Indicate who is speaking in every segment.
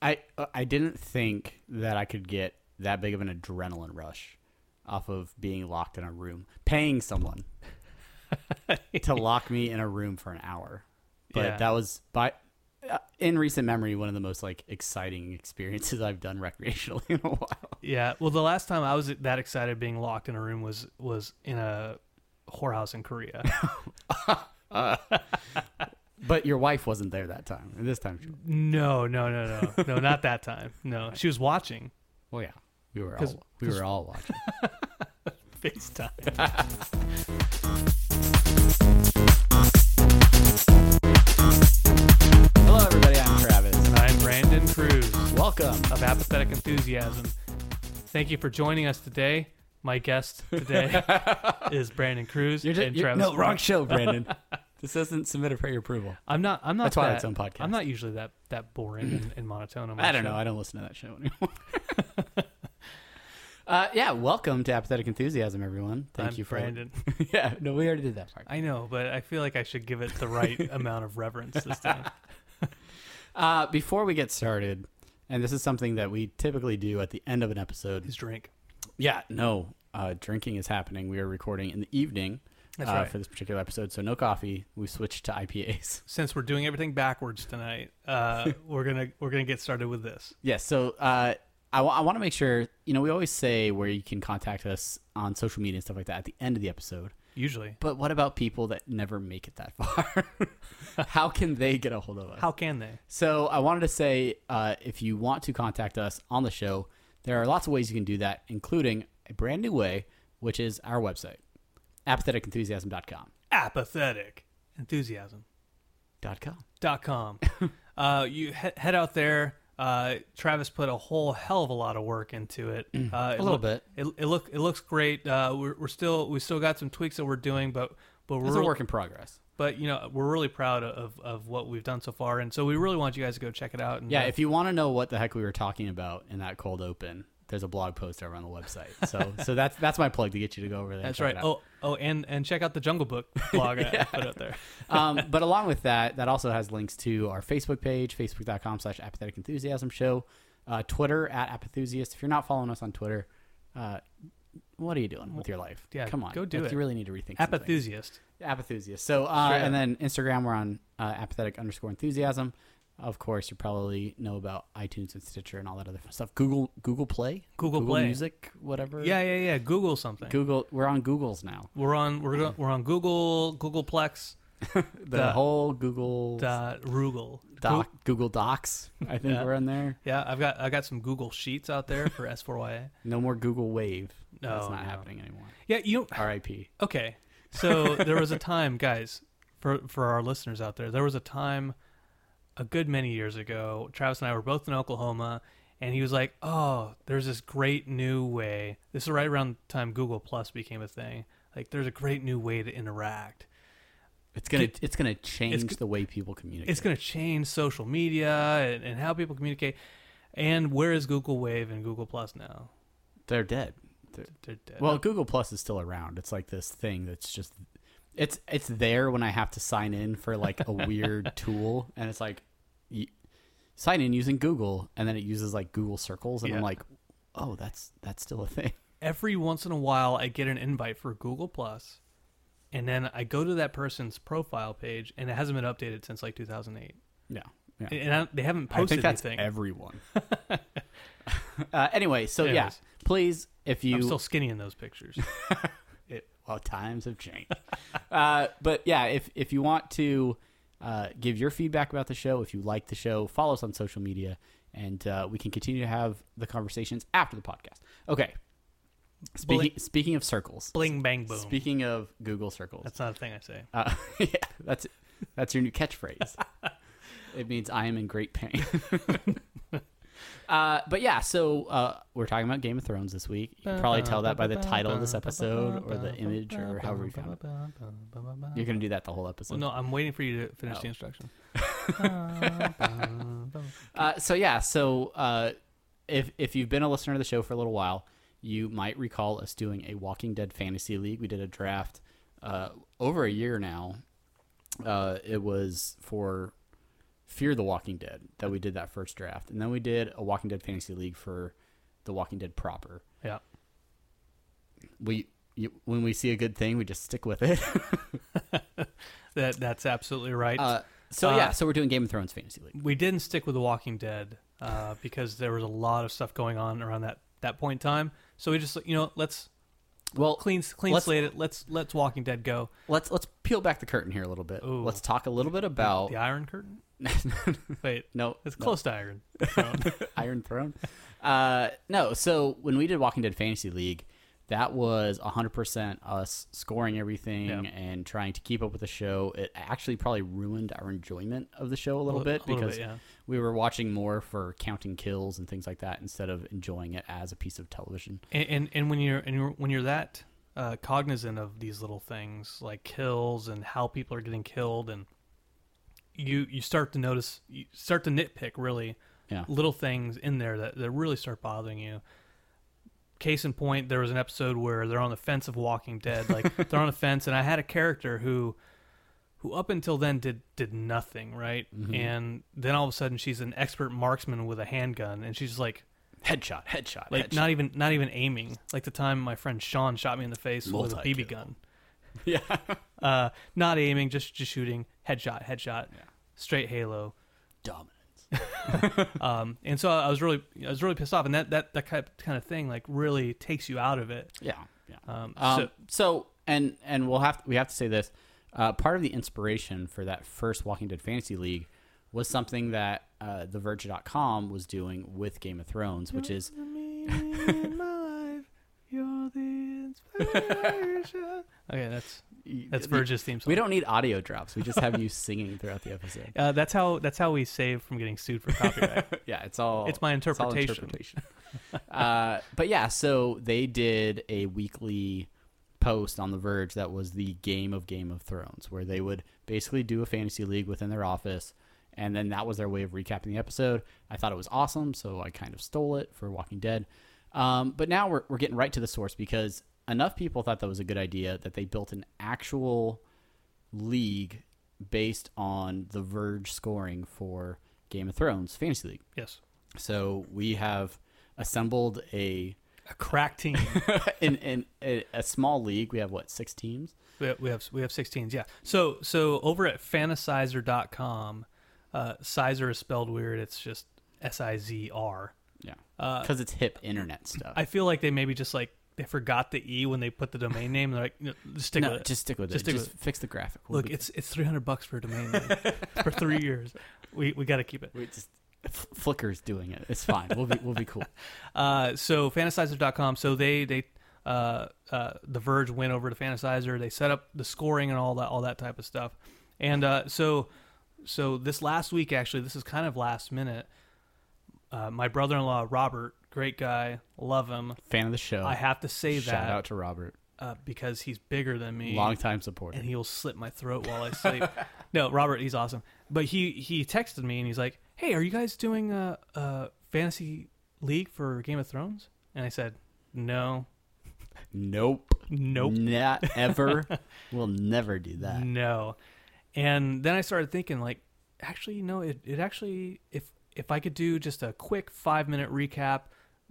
Speaker 1: I uh, I didn't think that I could get that big of an adrenaline rush off of being locked in a room, paying someone to lock me in a room for an hour. But
Speaker 2: Yeah.
Speaker 1: that was by uh, in recent memory one of the most like exciting experiences I've done recreationally in a while.
Speaker 2: Yeah. Well, the last time I was that excited being locked in a room was was in a whorehouse in Korea.
Speaker 1: But your wife wasn't there that time. And this time, she,
Speaker 2: no, no, no, no, no, not that time. No, she was watching
Speaker 1: well, yeah, we were all we were all watching.
Speaker 2: FaceTime.
Speaker 1: Hello, everybody. I'm Travis.
Speaker 2: I'm Brandon Cruz
Speaker 1: Welcome.
Speaker 2: of Apathetic Enthusiasm. Thank you for joining us today. My guest today is Brandon Cruz
Speaker 1: You're, just,
Speaker 2: and
Speaker 1: you're
Speaker 2: Travis.
Speaker 1: no wrong
Speaker 2: Mark.
Speaker 1: show, Brandon. this isn't submitted for your approval.
Speaker 2: I'm not. I'm not.
Speaker 1: That's why
Speaker 2: that-
Speaker 1: it's on podcast.
Speaker 2: I'm not usually that that boring and, and monotone. On my
Speaker 1: I don't
Speaker 2: show.
Speaker 1: know. I don't listen to that show anymore. uh, yeah, welcome to Apathetic Enthusiasm, everyone. Thank
Speaker 2: I'm
Speaker 1: you for
Speaker 2: Brandon.
Speaker 1: yeah, no, we already did that part.
Speaker 2: I know, but I feel like I should give it the right amount of reverence this time.
Speaker 1: Uh, before we get started, and this is something that we typically do at the end of an episode.
Speaker 2: His drink.
Speaker 1: Yeah, no, uh, drinking is happening. We are recording in the evening
Speaker 2: That's
Speaker 1: uh,
Speaker 2: right.
Speaker 1: for this particular episode, so no coffee. We switched to IPAs.
Speaker 2: Since we're doing everything backwards tonight, uh, we're gonna we're gonna get started with this.
Speaker 1: Yes. so uh, I want to make sure, you know, we always say where you can contact us on social media and stuff like that at the end of the episode.
Speaker 2: Usually,
Speaker 1: But what about people that never make it that far? How can they get a hold of us?
Speaker 2: how can they?
Speaker 1: So I wanted to say uh, if you want to contact us on the show, there are lots of ways you can do that, including a brand new way, which is our website, apatheticenthusiasm.com.
Speaker 2: Apathetic enthusiasm.
Speaker 1: Dot com.
Speaker 2: dot com. uh, you he- head out there. Uh, Travis put a whole hell of a lot of work into it. Uh, a
Speaker 1: Mm. little bit.
Speaker 2: It, it look it looks great. Uh, we're, we're still we still got some tweaks that we're doing, but but
Speaker 1: It's
Speaker 2: we're
Speaker 1: a
Speaker 2: real-
Speaker 1: work in progress.
Speaker 2: But you know we're really proud of of what we've done so far, and so we really want you guys to go check it out. And
Speaker 1: Yeah,
Speaker 2: uh,
Speaker 1: if you want to know what the heck we were talking about in that cold open, there's a blog post over on the website. So so that's that's my plug to get you to go over there. and
Speaker 2: that's
Speaker 1: check
Speaker 2: right.
Speaker 1: it out.
Speaker 2: Oh oh, and and check out the Jungle Book blog I put out there.
Speaker 1: um, but along with that, that also has links to our Facebook page, facebook.com slash apathetic enthusiasm show, uh, Twitter at apathusiast. If you're not following us on Twitter, uh, what are you doing with your life?
Speaker 2: yeah,
Speaker 1: Come on.
Speaker 2: go do
Speaker 1: Like,
Speaker 2: it.
Speaker 1: You really need to rethink some things.
Speaker 2: Apathusiast.
Speaker 1: Apathusiast. So, uh,
Speaker 2: Straight
Speaker 1: and
Speaker 2: up.
Speaker 1: then Instagram, we're on uh, apathetic underscore enthusiasm. Of course, you probably know about iTunes and Stitcher and all that other fun stuff. Google, Google Play,
Speaker 2: Google Play.
Speaker 1: Music, whatever.
Speaker 2: Yeah yeah yeah. Google something.
Speaker 1: Google. We're on Google's now.
Speaker 2: We're on we're go- we're on Google Googleplex
Speaker 1: The
Speaker 2: Duh.
Speaker 1: whole Google
Speaker 2: dot Rugal.
Speaker 1: Doc, Google Docs. I think we're on there.
Speaker 2: Yeah, I've got I got some Google Sheets out there for S4YA.
Speaker 1: No more Google Wave.
Speaker 2: No,
Speaker 1: that's not
Speaker 2: no.
Speaker 1: happening anymore.
Speaker 2: Yeah, you
Speaker 1: R.I.P.
Speaker 2: okay? So there was a time, guys, for for our listeners out there, there was a time, a good many years ago. Travis and I were both in Oklahoma, and he was like, "Oh, there's this great new way." This is right around the time Google Plus became a thing. Like, there's a great new way to interact.
Speaker 1: It's gonna it's gonna change
Speaker 2: it's-
Speaker 1: the way people communicate.
Speaker 2: It's going to change social media and, and how people communicate. And where is Google Wave and Google Plus now?
Speaker 1: They're dead. They're-
Speaker 2: They're dead.
Speaker 1: well, Google Plus is still around. It's like this thing that's just it's it's there when I have to sign in for like a weird tool, and it's like you, sign in using Google, and then it uses like Google Circles, and
Speaker 2: Yeah.
Speaker 1: I'm like, oh, that's that's still a thing.
Speaker 2: every once in a while I get an invite for Google Plus, and then I go to that person's profile page, and it hasn't been updated since like 2008,
Speaker 1: Yeah, yeah.
Speaker 2: and I, they haven't
Speaker 1: I
Speaker 2: posted
Speaker 1: think that's
Speaker 2: anything.
Speaker 1: everyone. uh, anyway, so yeah,
Speaker 2: Anyways.
Speaker 1: please if you
Speaker 2: I'm still skinny in those pictures.
Speaker 1: it, well, times have changed. uh, but yeah, if if you want to uh, give your feedback about the show, if you like the show, follow us on social media, and uh, we can continue to have the conversations after the podcast. Okay. Speaking speaking of circles,
Speaker 2: Bling bang boom.
Speaker 1: speaking of Google circles,
Speaker 2: That's not a thing I say.
Speaker 1: uh, yeah, that's that's your new catchphrase. it means I am in great pain. uh, but yeah, so uh, we're talking about Game of Thrones this week. You can probably tell that by the title of this episode or the image or however you found it. You're gonna do that the whole episode.
Speaker 2: Well, no, I'm waiting for you to
Speaker 1: Oh.
Speaker 2: finish the instruction.
Speaker 1: Uh, so yeah, so uh, if if you've been a listener to the show for a little while, you might recall us doing a Walking Dead fantasy league. We did a draft uh, over a year now. Uh, it was for Fear the Walking Dead that we did that first draft, and then we did a Walking Dead fantasy league for the Walking Dead proper.
Speaker 2: Yeah.
Speaker 1: We you, when we see a good thing, we just stick with it.
Speaker 2: That that's absolutely right.
Speaker 1: Uh, so
Speaker 2: Uh,
Speaker 1: yeah, so we're doing Game of Thrones fantasy league.
Speaker 2: we didn't stick with The Walking Dead uh, because there was a lot of stuff going on around that that point in time. So we just you know let's
Speaker 1: Well,
Speaker 2: clean clean
Speaker 1: let's-
Speaker 2: slate it. Let's let's Walking Dead go.
Speaker 1: Let's let's peel back the curtain here a little bit.
Speaker 2: Ooh.
Speaker 1: Let's talk a little bit about
Speaker 2: The Iron Curtain. Wait,
Speaker 1: Oh. no,
Speaker 2: it's
Speaker 1: no.
Speaker 2: close to Iron.
Speaker 1: Iron Throne. Uh, no, so when we did Walking Dead Fantasy League, that was 100% us scoring everything
Speaker 2: Yeah.
Speaker 1: and trying to keep up with the show. It actually probably ruined our enjoyment of the show a little
Speaker 2: li-
Speaker 1: bit
Speaker 2: a little
Speaker 1: because
Speaker 2: bit, yeah.
Speaker 1: we were watching more for counting kills and things like that instead of enjoying it as a piece of television.
Speaker 2: And, and and when you're and you're, when you're that uh, cognizant of these little things like kills and how people are getting killed, and you you start to notice, you start to nitpick really
Speaker 1: Yeah.
Speaker 2: little things in there that, that really start bothering you. Case in point, there was an episode where they're on the fence of Walking Dead, like they're on the fence, and I had a character who who up until then did did nothing right, and then all of a sudden she's an expert marksman with a handgun, and she's like
Speaker 1: Headshot, headshot,
Speaker 2: like
Speaker 1: headshot.
Speaker 2: not even not even aiming. Like the time my friend Sean shot me in the face with a
Speaker 1: Multi-kill.
Speaker 2: BB gun. Yeah. uh, not aiming, just just shooting, headshot, headshot, straight Halo.
Speaker 1: dominant.
Speaker 2: Um, and so I was really I was really pissed off, and that that that kind of- kind of thing like really takes you out of it.
Speaker 1: Yeah, yeah.
Speaker 2: Um,
Speaker 1: Um, so,
Speaker 2: so-
Speaker 1: and and we'll have we have to say this. Uh, part of the inspiration for that first Walking Dead Fantasy League was something that uh, TheVerge.com was doing with Game of Thrones, which is
Speaker 2: Okay, that's that's Verge's theme song.
Speaker 1: we don't need audio drops. We just have you singing throughout the episode.
Speaker 2: Uh, that's how that's how we save from getting sued for copyright.
Speaker 1: Yeah, it's all
Speaker 2: It's my
Speaker 1: all
Speaker 2: interpretation.
Speaker 1: interpretation. uh, but yeah, so they did a weekly post on The Verge that was the game of Game of Thrones, where they would basically do a fantasy league within their office, and then that was their way of recapping the episode. I thought it was awesome, so I kind of stole it for Walking Dead. Um, but now we're we're getting right to the source because enough people thought that was a good idea that they built an actual league based on The Verge scoring for Game of Thrones Fantasy League.
Speaker 2: yes,
Speaker 1: So we have assembled a
Speaker 2: a crack team.
Speaker 1: in, in a, a small league. We have what six teams?
Speaker 2: We have, we have we have 16s, yeah. So so over at fantasizer.com, uh Sizer is spelled weird. It's just S I Z R.
Speaker 1: Yeah, because it's hip internet stuff.
Speaker 2: Uh, I feel like they maybe just like they forgot the e when they put the domain name. They're like, "No, just stick
Speaker 1: no,
Speaker 2: with it.
Speaker 1: just stick with
Speaker 2: Just
Speaker 1: it.
Speaker 2: stick
Speaker 1: just
Speaker 2: with
Speaker 1: fix the graphic. We'll
Speaker 2: Look,
Speaker 1: be-
Speaker 2: it's it's 300 bucks for a domain name for 3 years. We we got to keep it.
Speaker 1: we just F- Flickr's doing it. It's fine. We'll be we'll be cool.
Speaker 2: Uh, so fantasizer.com. So they they uh, uh, the Verge went over to Fantasizer. They set up the scoring and all that all that type of stuff. And uh, so so this last week actually, this is kind of last minute. Uh, my brother-in-law Robert, great guy, love him.
Speaker 1: Fan of the show.
Speaker 2: I have to say
Speaker 1: Shout
Speaker 2: that
Speaker 1: out to Robert,
Speaker 2: uh, because he's bigger than me
Speaker 1: long time supporter.
Speaker 2: and he'll slit my throat while I sleep. no, Robert, he's awesome. But he he texted me and he's like, "Hey, are you guys doing a, a fantasy league for Game of Thrones?" And I said, No.
Speaker 1: Nope.
Speaker 2: Nope. Mm.
Speaker 1: Not ever. we'll never do that.
Speaker 2: No. And then I started thinking like actually no, it, it actually if if I could do just a quick 5-minute recap,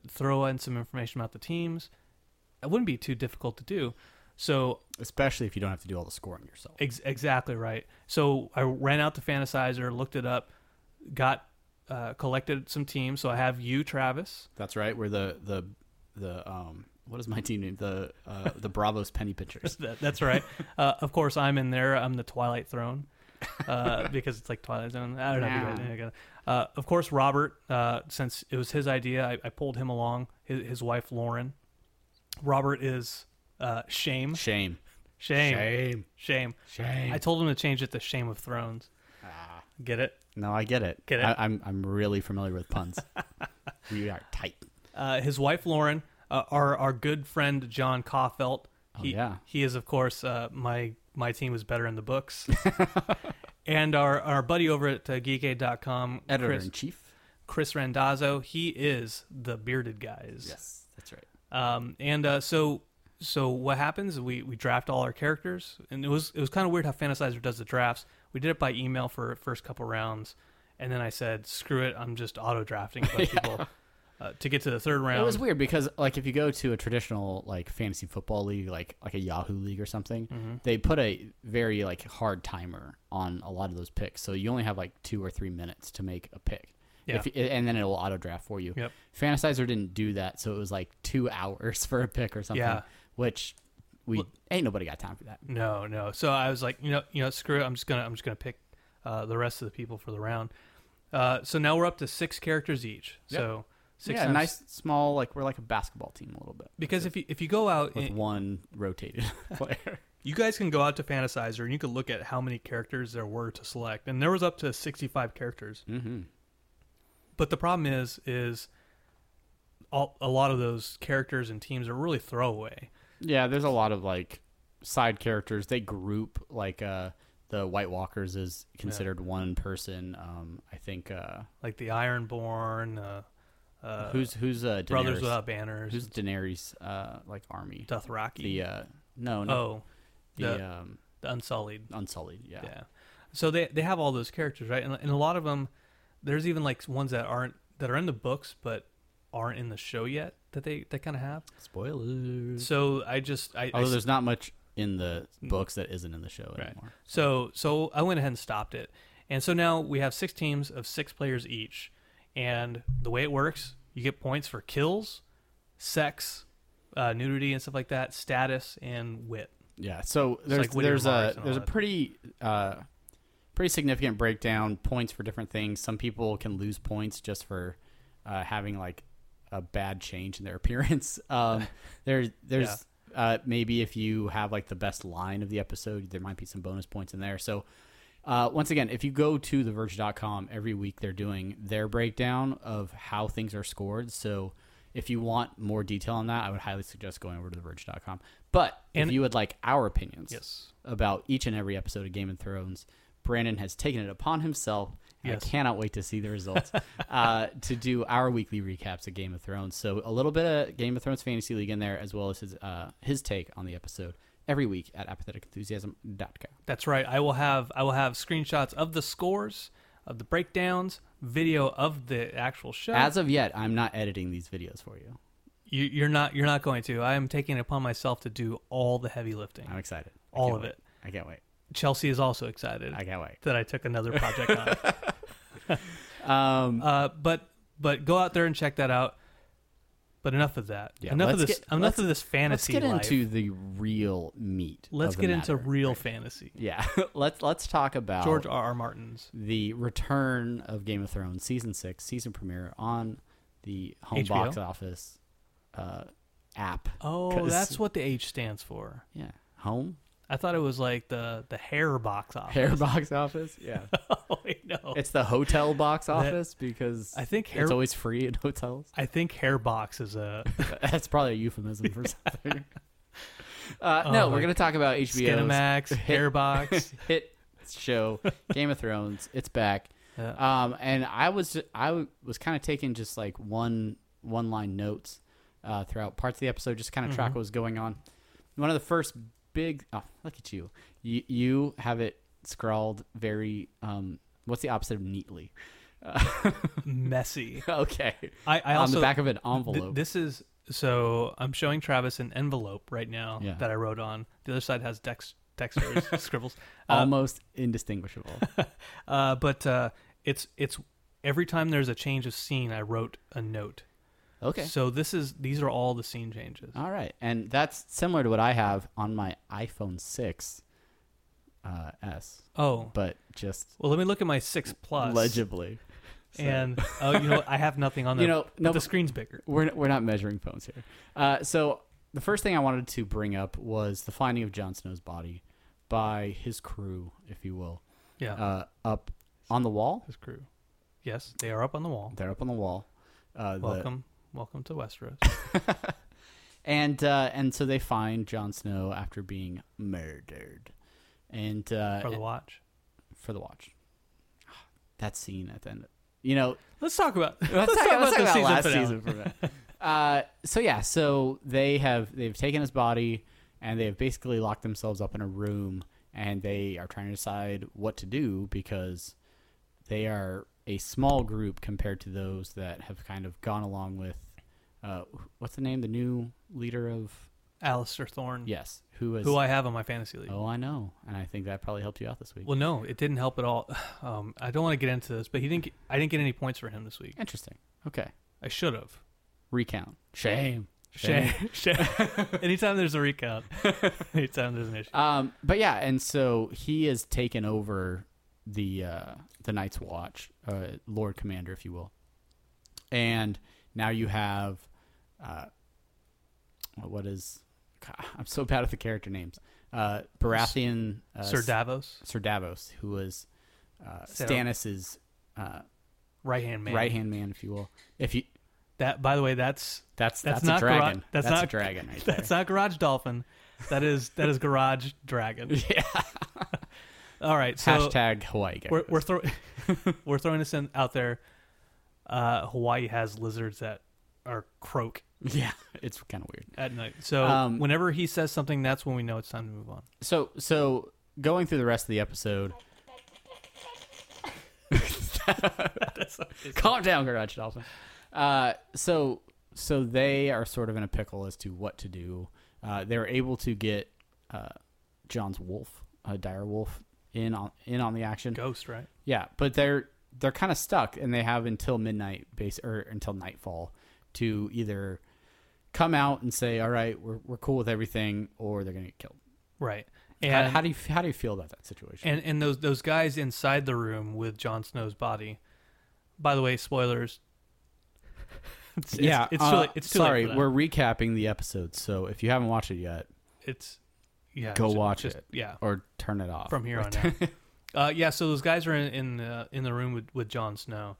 Speaker 2: throw in some information about the teams, it wouldn't be too difficult to do. So
Speaker 1: Especially if you don't have to do all the scoring yourself.
Speaker 2: Ex- exactly right. So I ran out to Fantasizer, looked it up, got uh, collected some teams. So I have you, Travis.
Speaker 1: That's right. We're the the the um what is my team name? The uh, the Bravos Penny Pinchers.
Speaker 2: That, that's right. uh, of course, I'm in there. I'm the Twilight Throne uh, because it's like Twilight Zone. I don't know. if you guys-
Speaker 1: Nah.
Speaker 2: you guys- Uh, of course, Robert, uh, since it was his idea, I, I pulled him along. His, his wife, Lauren. Robert is uh, shame.
Speaker 1: Shame.
Speaker 2: Shame.
Speaker 1: Shame.
Speaker 2: Shame.
Speaker 1: Shame. Ah.
Speaker 2: I told him to change it to Shame of Thrones. Get it?
Speaker 1: No, I get it.
Speaker 2: Get it?
Speaker 1: I, I'm I'm really familiar with puns. we are tight.
Speaker 2: uh, his wife Lauren, uh, our our good friend John Coffelt. He,
Speaker 1: Oh, yeah.
Speaker 2: he is of course uh, my my team was better in the books, and our our buddy over at uh, geekade.com,
Speaker 1: Editor
Speaker 2: Chris,
Speaker 1: in chief.
Speaker 2: Chris Randazzo. He is the bearded guys.
Speaker 1: Yes, that's right.
Speaker 2: Um, and uh, so so what happens? is We we draft all our characters, and it was it was kind of weird how Fantasizer does the drafts. We did it by email for first couple rounds, and then I said, "Screw it, I'm just auto drafting a bunch of people." Uh, to get to the third round,
Speaker 1: It was weird because like if you go to a traditional like fantasy football league, like like a Yahoo league or something,
Speaker 2: Mm-hmm.
Speaker 1: they put a very like hard timer on a lot of those picks. So you only have like two or three minutes to make a pick.
Speaker 2: Yeah.
Speaker 1: If, and then it'll auto draft for you.
Speaker 2: Yep.
Speaker 1: Fantasizer didn't do that, so it was like two hours for a pick or something.
Speaker 2: Yeah.
Speaker 1: Which we ain't nobody got time for that.
Speaker 2: No, no. So I was like, you know, you know, screw it. I'm just gonna, I'm just gonna pick uh, the rest of the people for the round. Uh, so now we're up to six characters each. So six
Speaker 1: yeah,
Speaker 2: times-
Speaker 1: nice small like we're like a basketball team a little bit
Speaker 2: Because if you if you go out,
Speaker 1: with
Speaker 2: and-
Speaker 1: one rotated player.
Speaker 2: you guys can go out to Fantasizer and you can look at how many characters there were to select, and there was up to 65 characters.
Speaker 1: mm-hmm.
Speaker 2: But the problem is, is all, a lot of those characters and teams are really throwaway.
Speaker 1: Yeah, there's a lot of like side characters. They group like uh the White Walkers is considered one person. Um, I think uh,
Speaker 2: Like the Ironborn, uh, uh,
Speaker 1: who's who's uh, Daenerys,
Speaker 2: Brothers Without Banners,
Speaker 1: who's Daenerys uh like army
Speaker 2: Dothraki.
Speaker 1: the uh no no
Speaker 2: oh,
Speaker 1: the
Speaker 2: the-
Speaker 1: um
Speaker 2: the Unsullied.
Speaker 1: Unsullied yeah.
Speaker 2: Yeah. So they they have all those characters, right? And, and a lot of them, there's even like ones that aren't that are in the books but aren't in the show yet that they that kind of have.
Speaker 1: spoilers.
Speaker 2: So I just I, I Mm.
Speaker 1: Although Mm-hmm. Oh, there's not much in the books that isn't in the show
Speaker 2: Right.
Speaker 1: anymore.
Speaker 2: So so I went ahead and stopped it. And so now we have six teams of six players each. And the way it works, you get points for kills, sex, uh, nudity and stuff like that, status and wit.
Speaker 1: Yeah. So there's
Speaker 2: like Whittier
Speaker 1: there's a
Speaker 2: Mars and all
Speaker 1: there's a
Speaker 2: that.
Speaker 1: pretty uh, pretty significant breakdown points for different things. Some people can lose points just for uh, having like a bad change in their appearance. Um, there there's uh, maybe if you have like the best line of the episode, there might be some bonus points in there. So. Uh, once again, if you go to theverge.com every week, they're doing their breakdown of how things are scored. So if you want more detail on that, I would highly suggest going over to theverge.com. But
Speaker 2: And-
Speaker 1: if you would like our opinions
Speaker 2: Yes.
Speaker 1: about each and every episode of Game of Thrones, Brandon has taken it upon himself. and
Speaker 2: Yes.
Speaker 1: I cannot wait to see the results uh, to do our weekly recaps of Game of Thrones. So a little bit of Game of Thrones Fantasy League in there, as well as his uh, his take on the episode every week at apatheticenthusiasm.com.
Speaker 2: That's right. I will have I will have screenshots of the scores, of the breakdowns, video of the actual show.
Speaker 1: As of yet, I'm not editing these videos for you.
Speaker 2: you, you're not you're not going to. I am taking it upon myself to do all the heavy lifting.
Speaker 1: I'm excited. I
Speaker 2: All
Speaker 1: can't
Speaker 2: of
Speaker 1: wait.
Speaker 2: it.
Speaker 1: I can't wait.
Speaker 2: Chelsea is also excited
Speaker 1: I can't wait.
Speaker 2: that I took another project on.
Speaker 1: Um,
Speaker 2: Uh, but but go out there and check that out. But enough of that.
Speaker 1: yeah,
Speaker 2: enough of
Speaker 1: let's
Speaker 2: this.
Speaker 1: get-
Speaker 2: enough
Speaker 1: let's-
Speaker 2: of this fantasy.
Speaker 1: Let's get
Speaker 2: life.
Speaker 1: into the real meat.
Speaker 2: Let's
Speaker 1: of the
Speaker 2: get into
Speaker 1: matter. Oh.
Speaker 2: real fantasy.
Speaker 1: Yeah, let's let's talk about
Speaker 2: George R. R. Martin's
Speaker 1: the return of Game of Thrones season six, season premiere on the home
Speaker 2: HBO?
Speaker 1: box office uh, app.
Speaker 2: Oh,
Speaker 1: 'Cause-
Speaker 2: that's what the H stands for.
Speaker 1: yeah, home
Speaker 2: I thought it was like the the hair box office.
Speaker 1: hair box office. Yeah,
Speaker 2: Oh, wait, no.
Speaker 1: it's the hotel box office because
Speaker 2: I think hair-
Speaker 1: it's always free in hotels.
Speaker 2: I think hair box is a
Speaker 1: That's probably a euphemism for something. Uh, no, we're
Speaker 2: my
Speaker 1: going to talk about HBO
Speaker 2: Uh-huh. Skinamax, hair box.
Speaker 1: hit show Game of Thrones. It's back.
Speaker 2: Yeah.
Speaker 1: Um, and I was I was kind of taking just like one one line notes uh, throughout parts of the episode, just kind of
Speaker 2: Mm-hmm.
Speaker 1: track what was going on. One of the first big. Oh, look at you. You, you have it scrawled very. Um, what's the opposite of neatly?
Speaker 2: Messy.
Speaker 1: okay.
Speaker 2: I, I
Speaker 1: On
Speaker 2: also
Speaker 1: the back of an
Speaker 2: Th-
Speaker 1: envelope.
Speaker 2: this is so I'm showing Travis an envelope right now
Speaker 1: Yeah.
Speaker 2: that I wrote on. The other side has Dex Dexter's scribbles. Um,
Speaker 1: almost indistinguishable.
Speaker 2: uh, but uh, it's it's every time there's a change of scene, I wrote a note.
Speaker 1: okay. Uh,
Speaker 2: So this is these are all the scene changes.
Speaker 1: All right, and that's similar to what I have on my iPhone six uh, S,
Speaker 2: oh,
Speaker 1: but just
Speaker 2: well, let me look at my six plus
Speaker 1: legibly.
Speaker 2: and oh, you know what? I have nothing on there.
Speaker 1: You know,
Speaker 2: but
Speaker 1: no,
Speaker 2: the
Speaker 1: but-
Speaker 2: screen's bigger.
Speaker 1: We're we're not measuring phones here. Uh, so the first thing I wanted to bring up was the finding of Jon Snow's body by his crew, if you will,
Speaker 2: Yeah,
Speaker 1: uh, up on the wall.
Speaker 2: his crew. Yes, they are up on the wall.
Speaker 1: They're up on the wall. Uh, the-
Speaker 2: Welcome, welcome to Westeros.
Speaker 1: and uh, and so they find Jon Snow after being murdered, and uh,
Speaker 2: for the watch.
Speaker 1: for the watch. Ah, That scene at the end. You know,
Speaker 2: Let's talk about let's,
Speaker 1: let's,
Speaker 2: talk,
Speaker 1: talk, let's
Speaker 2: about
Speaker 1: talk about
Speaker 2: the season
Speaker 1: last
Speaker 2: finale.
Speaker 1: season for a minute. Uh, so yeah, so they have they've taken his body and they have basically locked themselves up in a room and they are trying to decide what to do because they are a small group compared to those that have kind of gone along with uh, what's the name the new leader of
Speaker 2: Alistair Thorne,
Speaker 1: yes who is
Speaker 2: who I have on my fantasy league.
Speaker 1: oh I know and I think that probably helped you out this week.
Speaker 2: Well, no, it didn't help at all. Um, I don't want to get into this, but he didn't. Get, I didn't get any points for him this week.
Speaker 1: Interesting. Okay,
Speaker 2: I should have.
Speaker 1: recount. Shame.
Speaker 2: Shame. anytime there's a recount, anytime there's an issue.
Speaker 1: Um, but yeah, and so he has taken over the uh, the Night's Watch, uh, Lord Commander, if you will, and now you have uh, what is God, I'm so bad at the character names. Uh, Baratheon uh,
Speaker 2: Sir Davos,
Speaker 1: Sir Davos, who was uh,
Speaker 2: So-
Speaker 1: Stannis's uh,
Speaker 2: right hand man.
Speaker 1: right hand man, if you will. If you
Speaker 2: That, by the way, that's
Speaker 1: that's
Speaker 2: That's
Speaker 1: that's,
Speaker 2: not
Speaker 1: a dragon.
Speaker 2: Garat-
Speaker 1: that's
Speaker 2: that's
Speaker 1: a
Speaker 2: not-
Speaker 1: dragon right there.
Speaker 2: that's not garage dolphin. That is that is garage dragon.
Speaker 1: yeah.
Speaker 2: All right, so
Speaker 1: Hashtag Hawaii.
Speaker 2: we're
Speaker 1: geckos.
Speaker 2: we're, throw- we're throwing this in out there. Uh, Hawaii has lizards that are croak
Speaker 1: yeah, it's kind of weird.
Speaker 2: at night. So
Speaker 1: Um,
Speaker 2: whenever he says something, that's when we know it's time to move on.
Speaker 1: So so going through the rest of the episode. Calm down, Garage Dolphin. Uh, so so they are sort of in a pickle as to what to do. Uh, they were able to get uh, John's wolf, uh, dire wolf, in on in on the action.
Speaker 2: Ghost, right?
Speaker 1: Yeah, but they're they're kind of stuck, and they have until midnight base or until nightfall to either come out and say, "All right, we're we're cool with everything," or they're gonna get killed.
Speaker 2: Right.
Speaker 1: How-
Speaker 2: And
Speaker 1: how, do you how do you feel about that situation?
Speaker 2: and and those those guys inside the room with Jon Snow's body. By the way, spoilers. It's, it's-
Speaker 1: yeah,
Speaker 2: it's,
Speaker 1: uh,
Speaker 2: too late. It's too
Speaker 1: sorry.
Speaker 2: late for
Speaker 1: we're
Speaker 2: that.
Speaker 1: recapping the episode, so if you haven't watched it yet,
Speaker 2: it's yeah.
Speaker 1: go
Speaker 2: ju-
Speaker 1: watch
Speaker 2: just-
Speaker 1: it.
Speaker 2: Yeah,
Speaker 1: or turn it off
Speaker 2: from here on out. Uh, yeah, so those guys are in in the in the room with with Jon Snow.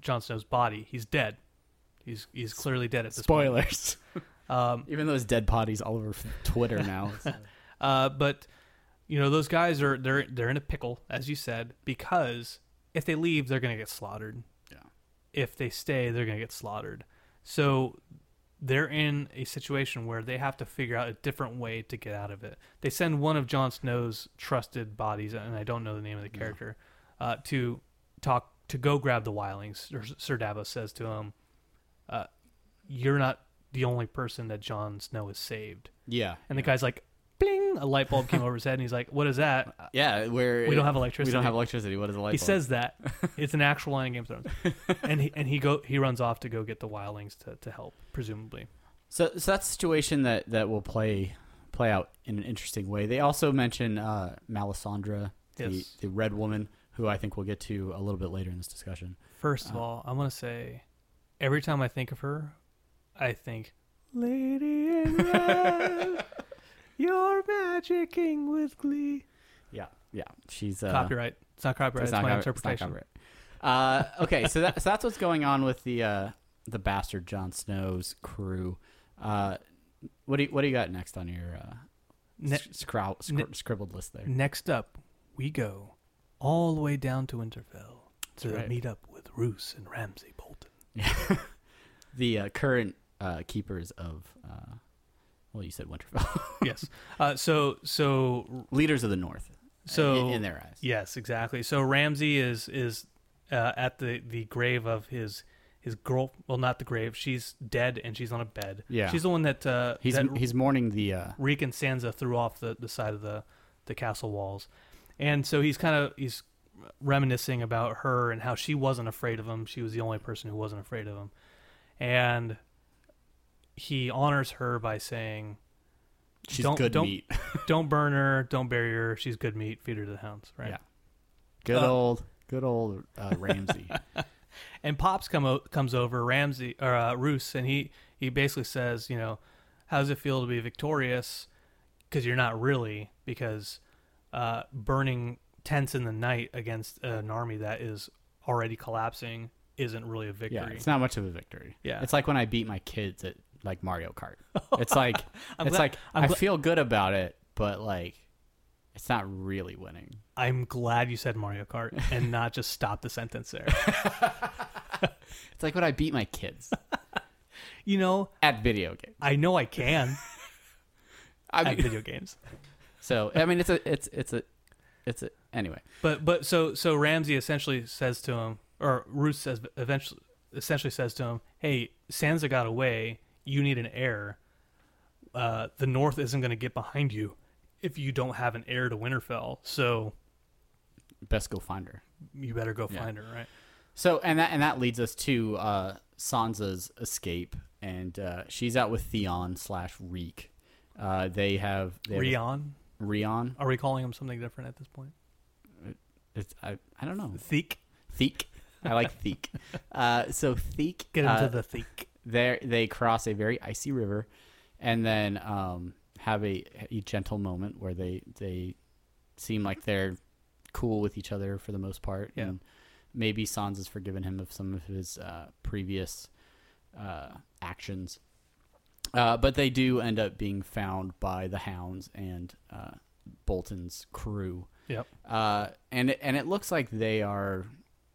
Speaker 2: Jon Snow's body. He's dead. He's he's clearly dead at this point.
Speaker 1: Spoilers. Um, Even though it's dead bodies all over Twitter now. so-
Speaker 2: Uh, but you know those guys are they're they're in a pickle, as you said, because if they leave, they're gonna get slaughtered.
Speaker 1: Yeah.
Speaker 2: If they stay, they're gonna get slaughtered. So they're in a situation where they have to figure out a different way to get out of it. They send one of Jon Snow's trusted bodies, and I don't know the name of the character, uh, to talk to go grab the Wildlings. Sir- Sir Davos says to him, uh, "You're not the only person that Jon Snow has saved."
Speaker 1: yeah,
Speaker 2: And the guy's like, bling, a light bulb came over his head, and he's like, what is that?
Speaker 1: yeah. Where
Speaker 2: We don't have
Speaker 1: We
Speaker 2: electricity.
Speaker 1: don't have electricity. What is a light
Speaker 2: He
Speaker 1: bulb?
Speaker 2: says that. It's an actual line in Game of Thrones. And he, and he go he runs off to go get the wildlings to, to help, presumably.
Speaker 1: So, so that's a situation that that will play play out in an interesting way. They also mention uh, Melisandre, the,
Speaker 2: Yes.
Speaker 1: the red woman, who I think we'll get to a little bit later in this discussion.
Speaker 2: First of all, I want to say, every time I think of her, I think, Lady in Red, you're magicking with glee.
Speaker 1: Yeah, yeah. She's uh,
Speaker 2: Copyright. It's not copyright. It's,
Speaker 1: It's not
Speaker 2: my
Speaker 1: cover- it's not
Speaker 2: interpretation.
Speaker 1: cover it. Uh, okay, so, that, so that's what's going on with the uh, the bastard Jon Snow's crew. Uh, what do you, what do you got next on your uh,
Speaker 2: Ne-
Speaker 1: sc- scrow- scr-
Speaker 2: ne-
Speaker 1: scribbled list there?
Speaker 2: Next up, we go all the way down to Winterfell to
Speaker 1: right.
Speaker 2: meet up with Roose and Ramsay Bolton.
Speaker 1: the uh, current uh, keepers of, uh, well, you said Winterfell,
Speaker 2: yes. Uh, so so
Speaker 1: leaders of the North.
Speaker 2: so
Speaker 1: Uh, in, in their eyes,
Speaker 2: Yes, exactly. So Ramsey is is uh, at the the grave of his his girl. Well, not the grave. She's dead and she's on a bed.
Speaker 1: Yeah.
Speaker 2: she's the one that uh,
Speaker 1: he's
Speaker 2: that
Speaker 1: he's mourning the uh,
Speaker 2: Reek and Sansa threw off the, the side of the, the castle walls. And so he's kind of he's reminiscing about her and how she wasn't afraid of him. She was the only person who wasn't afraid of him. And he honors her by saying
Speaker 1: she's
Speaker 2: don't
Speaker 1: good
Speaker 2: don't
Speaker 1: meat,
Speaker 2: don't burn her, don't bury her. She's good meat. Feed her to the hounds, right?
Speaker 1: yeah, good
Speaker 2: uh,
Speaker 1: old good old uh, Ramsey.
Speaker 2: And Pops come o- comes over Ramsey or uh, Roos, and he he basically says, you know, how does it feel to be victorious? Because you're not really, because uh, burning tents in the night against an army that is already collapsing isn't really a victory.
Speaker 1: yeah, it's not much of a victory.
Speaker 2: Yeah.
Speaker 1: it's like when I beat my kids at like Mario Kart. It's like it's
Speaker 2: glad-
Speaker 1: like
Speaker 2: I'm
Speaker 1: I
Speaker 2: gla-
Speaker 1: feel good about it, but like it's not really winning.
Speaker 2: I'm glad you said Mario Kart and not just stop the sentence there.
Speaker 1: It's like when I beat my kids
Speaker 2: you know,
Speaker 1: at video games.
Speaker 2: I know I can
Speaker 1: I
Speaker 2: at
Speaker 1: mean,
Speaker 2: video games.
Speaker 1: so I mean, it's a it's it's a it's a anyway.
Speaker 2: But but so so Ramsey essentially says to him, or Ruth says eventually essentially says to him, "Hey, Sansa got away. You need an heir. Uh, the North isn't going to get behind you if you don't have an heir to Winterfell. So
Speaker 1: Best go find her.
Speaker 2: you better go find her, right?
Speaker 1: So and that and that leads us to uh, Sansa's escape, and uh, she's out with Theon slash Reek. Uh, they have they have-
Speaker 2: Rion.
Speaker 1: Rion.
Speaker 2: Are we calling him something different at this point?
Speaker 1: It's, I I don't know.
Speaker 2: Theek.
Speaker 1: Theek. I like Theek. Uh, so Theek.
Speaker 2: Get him
Speaker 1: uh,
Speaker 2: to the Theek.
Speaker 1: there they cross a very icy river and then um, have a, a gentle moment where they they seem like they're cool with each other for the most part
Speaker 2: Yeah.
Speaker 1: and maybe Sans has forgiven him of some of his uh, previous uh, actions uh, but they do end up being found by the hounds and uh, Bolton's crew
Speaker 2: Yep.
Speaker 1: uh, and it, and it looks like they are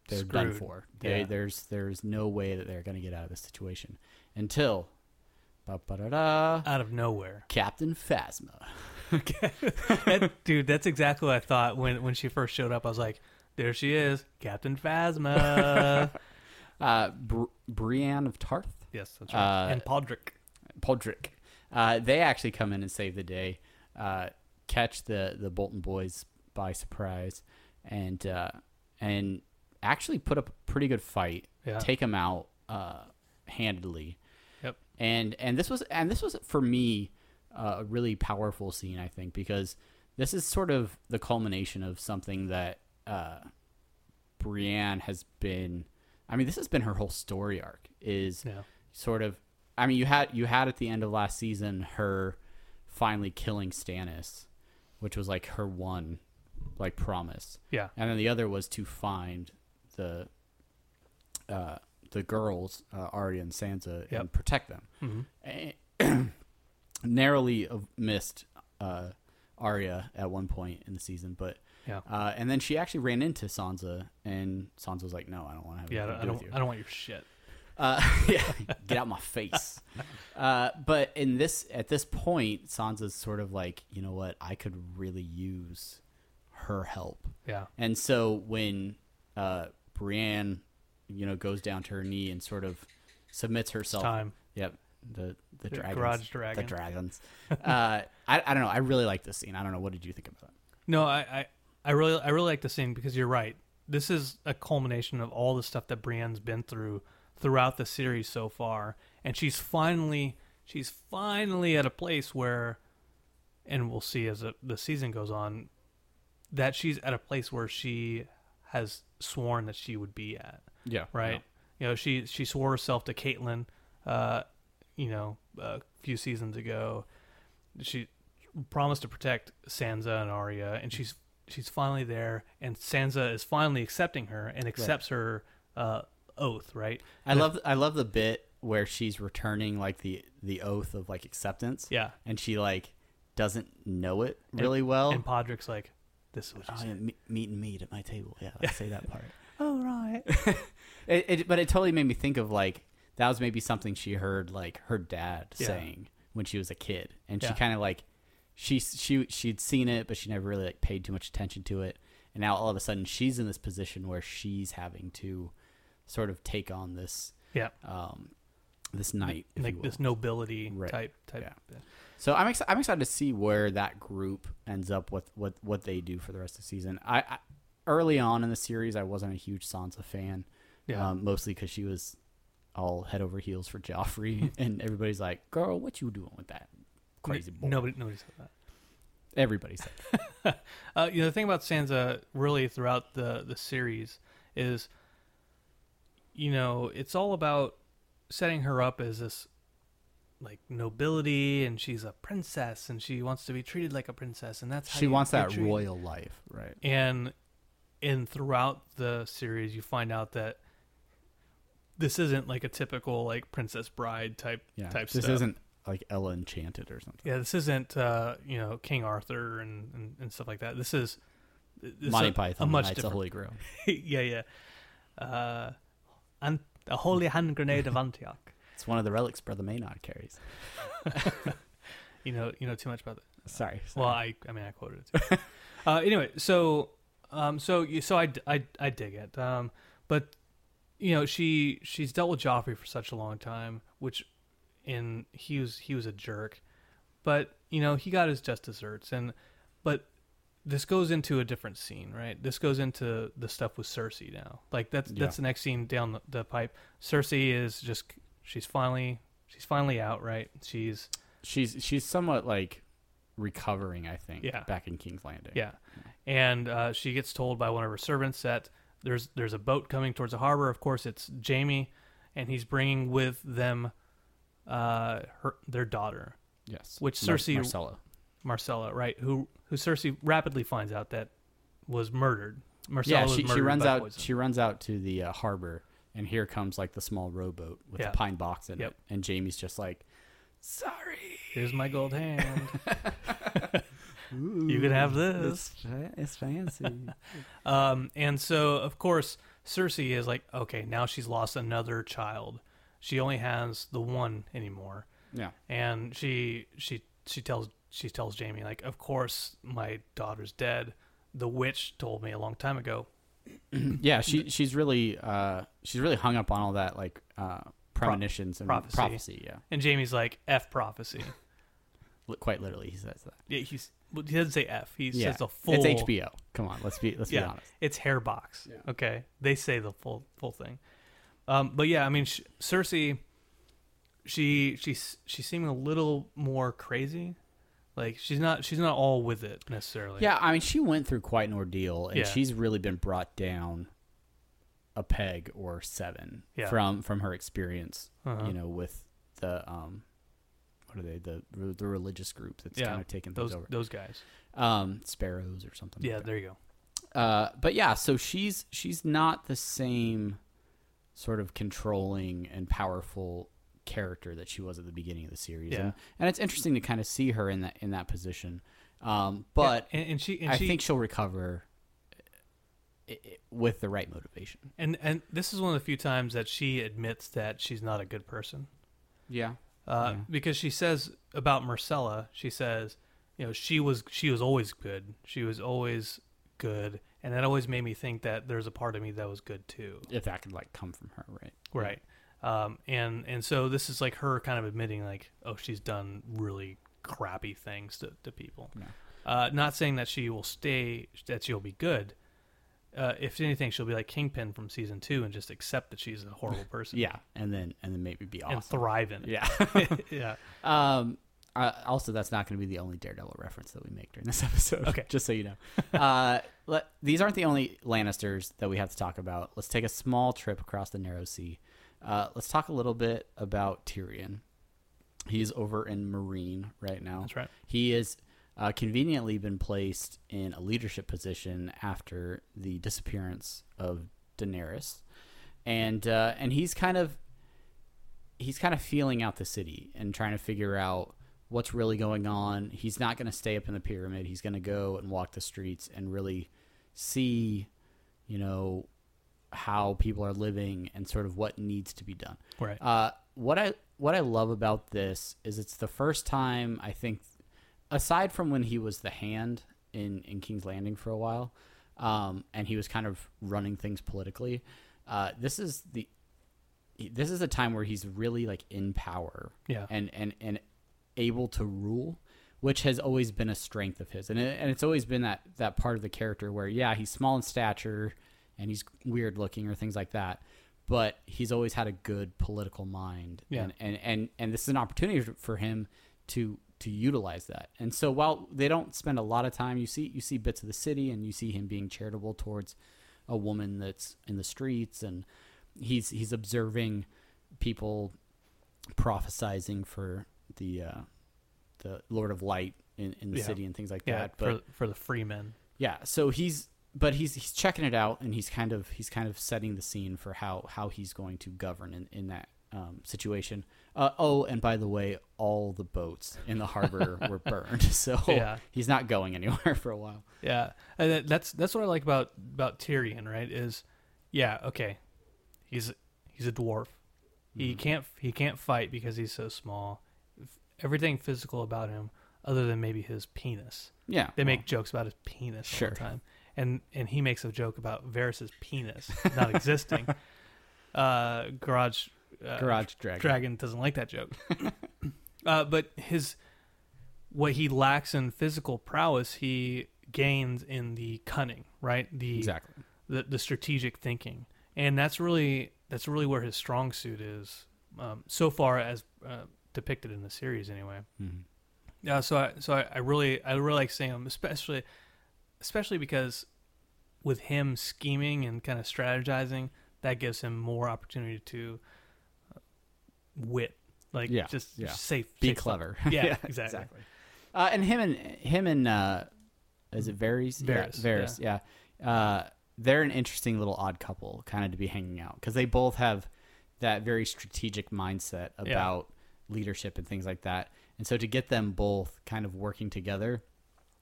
Speaker 1: they're done
Speaker 2: Screwed.
Speaker 1: for. They,
Speaker 2: Yeah.
Speaker 1: There's there's no way that they're going to get out of this situation until ba-ba-da-da,
Speaker 2: Out of nowhere.
Speaker 1: Captain Phasma.
Speaker 2: That- dude, that's exactly what I thought when when she first showed up. I was like, there she is, Captain Phasma.
Speaker 1: Uh, Br- Brienne of Tarth,
Speaker 2: yes, that's right.
Speaker 1: Uh,
Speaker 2: and Podrick.
Speaker 1: Podrick. Uh, they actually come in and save the day, uh, catch the the Bolton boys by surprise, and uh, and actually put up a pretty good fight.
Speaker 2: Yeah.
Speaker 1: Take them out uh, handedly.
Speaker 2: Yep.
Speaker 1: and and this was and this was for me uh, a really powerful scene I think because this is sort of the culmination of something that uh, Brienne has been I mean this has been her whole story arc is
Speaker 2: Yeah.
Speaker 1: sort of I mean you had you had at the end of last season her finally killing Stannis which was like her one like promise
Speaker 2: Yeah.
Speaker 1: and then the other was to find the uh, the girls uh, Arya and Sansa and
Speaker 2: Yep. Mm-hmm.
Speaker 1: protect them. Eh, narrowly av- missed uh, Arya at one point in the season, but
Speaker 2: Yeah.
Speaker 1: uh, and then she actually ran into Sansa, and Sansa was like, "No, I don't want to have
Speaker 2: Yeah, I
Speaker 1: anything
Speaker 2: don't,
Speaker 1: to do with you."
Speaker 2: I don't, I don't want your shit.
Speaker 1: Uh, yeah, get out my face. Uh, but in this, at this point, Sansa's sort of like, you know what? I could really use her help.
Speaker 2: Yeah.
Speaker 1: And so when uh, Brienne, you know, goes down to her knee and sort of submits herself.
Speaker 2: time.
Speaker 1: Yep. The the dragons.
Speaker 2: garage
Speaker 1: The
Speaker 2: dragon.
Speaker 1: dragons. uh, I I don't know. I really like this scene. I don't know. What did you think about it?
Speaker 2: No, I, I, I really, I really like the scene because you're right. This is a culmination of all the stuff that Brienne's been through throughout the series so far, and she's finally, she's finally at a place where, and we'll see as the- the season goes on, that she's at a place where she has sworn that she would be at.
Speaker 1: Yeah.
Speaker 2: right? You know, she she swore herself to Caitlyn, uh, you know, a few seasons ago. She promised to protect Sansa and Arya, and she's she's finally there, and Sansa is finally accepting her and accepts her uh, oath, right?
Speaker 1: I love I love the bit where she's returning like the the oath of like acceptance.
Speaker 2: Yeah.
Speaker 1: And she like doesn't know it really well.
Speaker 2: And Podrick's like, "This is what you
Speaker 1: Oh,
Speaker 2: said."
Speaker 1: yeah, me- meat and meat at my table. Yeah, I say that part.
Speaker 2: Oh right,
Speaker 1: It, it, but it totally made me think of like that was maybe something she heard like her dad
Speaker 2: Yeah.
Speaker 1: saying when she was a kid, and she
Speaker 2: Yeah.
Speaker 1: kind of like she she she'd seen it, but she never really like paid too much attention to it. And now all of a sudden she's in this position where she's having to sort of take on this
Speaker 2: Yeah.
Speaker 1: um this knight, if you
Speaker 2: like
Speaker 1: will.
Speaker 2: this nobility
Speaker 1: Right.
Speaker 2: type type.
Speaker 1: Yeah. So I'm ex- I'm excited to see where that group ends up with what what they do for the rest of the season. I, I early on in the series I wasn't a huge Sansa fan,
Speaker 2: Yeah.
Speaker 1: um, mostly because she was all head over heels for Joffrey, and everybody's like, "Girl, what you doing with that crazy
Speaker 2: N-
Speaker 1: boy?"
Speaker 2: Nobody nobody said that.
Speaker 1: everybody said.
Speaker 2: Uh, you know, the thing about Sansa really throughout the the series is, you know, it's all about setting her up as this like nobility, and she's a princess, and she wants to be treated like a princess, and that's how
Speaker 1: she
Speaker 2: you-
Speaker 1: wants
Speaker 2: you
Speaker 1: that
Speaker 2: treat-
Speaker 1: royal life, right?
Speaker 2: And and throughout the series, you find out that this isn't like a typical like Princess Bride type
Speaker 1: Yeah,
Speaker 2: type
Speaker 1: this
Speaker 2: stuff.
Speaker 1: isn't like Ella Enchanted or something.
Speaker 2: Yeah, this isn't uh, you know King Arthur and, and, and stuff like that. This is this is
Speaker 1: Monty
Speaker 2: a,
Speaker 1: Python,
Speaker 2: a much
Speaker 1: Knights of
Speaker 2: different.
Speaker 1: Holy Grail.
Speaker 2: yeah, yeah. Uh, and a holy hand grenade of Antioch.
Speaker 1: It's one of the relics Brother Maynard carries.
Speaker 2: You know, you know too much about that.
Speaker 1: Sorry, sorry.
Speaker 2: Well, I, I mean, I quoted it. Too. uh, anyway, so, um, so you, so I, d- I- I dig it. Um, but you know, she, she's dealt with Joffrey for such a long time, which, in he was, he was a jerk, but you know, he got his just desserts, and, but. This goes into a different scene, right? This goes into the stuff with Cersei now. Like that's
Speaker 1: Yeah.
Speaker 2: that's the next scene down the, the pipe. Cersei is just she's finally she's finally out, right? She's
Speaker 1: she's she's somewhat like recovering, I think.
Speaker 2: Yeah.
Speaker 1: back in King's Landing.
Speaker 2: Yeah, and uh, she gets told by one of her servants that there's there's a boat coming towards the harbor. Of course, it's Jamie, and he's bringing with them uh, her their daughter
Speaker 1: Yes.
Speaker 2: Which Cersei-
Speaker 1: Marcella.
Speaker 2: Marcella, right? Who who Cersei rapidly finds out that was murdered. Marcella
Speaker 1: Yeah,
Speaker 2: was
Speaker 1: she, she
Speaker 2: murdered
Speaker 1: runs
Speaker 2: by
Speaker 1: out.
Speaker 2: poison.
Speaker 1: She runs out to the uh, harbor, and here comes like the small rowboat with
Speaker 2: Yeah.
Speaker 1: a pine box in
Speaker 2: Yep.
Speaker 1: it, and Jamie's just like, "Sorry,
Speaker 2: Here's my gold hand. you can have this.
Speaker 1: it's fancy."
Speaker 2: Um, and so, of course, Cersei is like, okay, now she's lost another child. She only has the one anymore.
Speaker 1: yeah,
Speaker 2: and she she she tells she tells Jamie like, of course my daughter's dead. The witch told me a long time ago.
Speaker 1: yeah. She she's really uh she's really hung up on all that like uh premonitions and
Speaker 2: prophecy.
Speaker 1: prophecy. yeah,
Speaker 2: And Jamie's like, F prophecy.
Speaker 1: Li- quite literally, he says that.
Speaker 2: yeah, he's well, he doesn't say F. He
Speaker 1: yeah,
Speaker 2: says the full.
Speaker 1: It's HBO. Come on, let's be let's be
Speaker 2: Yeah,
Speaker 1: honest.
Speaker 2: it's Hairbox. Okay, they say the full full thing. Um, but yeah, I mean, sh- Cersei, she she's she's seeming a little more crazy. Like she's not she's not all with it necessarily.
Speaker 1: Yeah, I mean, she went through quite an ordeal, and
Speaker 2: Yeah.
Speaker 1: she's really been brought down a peg or seven
Speaker 2: Yeah. Uh-huh.
Speaker 1: from from her experience. You know, with the um, what are they the the religious group that's
Speaker 2: yeah.
Speaker 1: kind of taken
Speaker 2: those
Speaker 1: things over,
Speaker 2: those guys.
Speaker 1: um, sparrows or something.
Speaker 2: Yeah,
Speaker 1: like that.
Speaker 2: there you go.
Speaker 1: Uh, but yeah, so she's she's not the same sort of controlling and powerful character that she was at the beginning of the series.
Speaker 2: Yeah.
Speaker 1: And, and it's interesting to kind of see her in that in that position. Um, but
Speaker 2: and, and she and
Speaker 1: I
Speaker 2: she,
Speaker 1: think she'll recover i- i- with the right motivation.
Speaker 2: And and this is one of the few times that she admits that she's not a good person,
Speaker 1: Yeah.
Speaker 2: uh, because she says about Marcella, she says, you know, she was she was always good, she was always good, and that always made me think that there's a part of me that was good too,
Speaker 1: If that could like come from her, right?
Speaker 2: right? Um, and and so this is like her kind of admitting like, oh, she's done really crappy things to, to people. Uh, not saying that she will stay, that she'll be good. Uh, if anything, she'll be like Kingpin from season two and just accept that she's a horrible person.
Speaker 1: Yeah. And then and then maybe be
Speaker 2: and
Speaker 1: awesome.
Speaker 2: thrive in it.
Speaker 1: yeah.
Speaker 2: yeah.
Speaker 1: um uh, also that's not going to be the only Daredevil reference that we make during this episode.
Speaker 2: Okay.
Speaker 1: Just so you know. uh let, these aren't the only Lannisters that we have to talk about. Let's take a small trip across the narrow sea. Uh, let's talk a little bit about Tyrion. He's over in Marine right now.
Speaker 2: That's right.
Speaker 1: He is uh, conveniently been placed in a leadership position after the disappearance of Daenerys, and uh, and he's kind of he's kind of feeling out the city and trying to figure out what's really going on. He's not going to stay up in the pyramid. He's going to go and walk the streets and really see, you know, how people are living and sort of what needs to be done.
Speaker 2: Right.
Speaker 1: Uh, what I what I love about this is it's the first time I think, aside from when he was the hand in in King's Landing for a while, um, and he was kind of running things politically. Uh, this is the this is a time where he's really like in power
Speaker 2: Yeah.
Speaker 1: and and and able to rule which has always been a strength of his and it, and it's always been that that part of the character where yeah he's small in stature and he's weird looking or things like that but he's always had a good political mind
Speaker 2: Yeah.
Speaker 1: and, and and and this is an opportunity for him to to utilize that and so while they don't spend a lot of time you see you see bits of the city and you see him being charitable towards a woman that's in the streets and he's he's observing people prophesizing for the uh, the Lord of Light in, in the
Speaker 2: Yeah.
Speaker 1: city and things like
Speaker 2: yeah,
Speaker 1: that. But
Speaker 2: for for the free men.
Speaker 1: yeah, so he's but he's he's checking it out and he's kind of he's kind of setting the scene for how how he's going to govern in in that um, situation. Uh, oh, and by the way, all the boats in the harbor were burned, so
Speaker 2: Yeah.
Speaker 1: he's not going anywhere for a while.
Speaker 2: Yeah, and that- that's that's what I like about about Tyrion, right? Is yeah, okay, he's he's a dwarf. He can't he can't fight because he's so small. F- Everything physical about him, other than maybe his penis.
Speaker 1: Yeah,
Speaker 2: They make jokes about his penis all
Speaker 1: Sure.
Speaker 2: the time, and and he makes a joke about Varys's penis not existing. uh, garage uh,
Speaker 1: garage dragon.
Speaker 2: Dragon doesn't like that joke. uh, but his what he lacks in physical prowess, he gains in the cunning, right? The
Speaker 1: Exactly.
Speaker 2: the, the strategic thinking, and that's really that's really where his strong suit is, um, so far as uh, depicted in the series, anyway.
Speaker 1: Mm-hmm.
Speaker 2: Yeah, so I so I, I really I really like Sam, especially especially because with him scheming and kind of strategizing, that gives him more opportunity to uh, wit, like
Speaker 1: Yeah,
Speaker 2: just
Speaker 1: yeah.
Speaker 2: say
Speaker 1: Be
Speaker 2: say fu-
Speaker 1: clever.
Speaker 2: Yeah, exactly.
Speaker 1: Uh, and him and him and uh, is it Varys?
Speaker 2: Varys,
Speaker 1: yeah, Varys, yeah. Uh, they're an interesting little odd couple, kind of to be hanging out because they both have that very strategic mindset about leadership and things like that. And so to get them both kind of working together,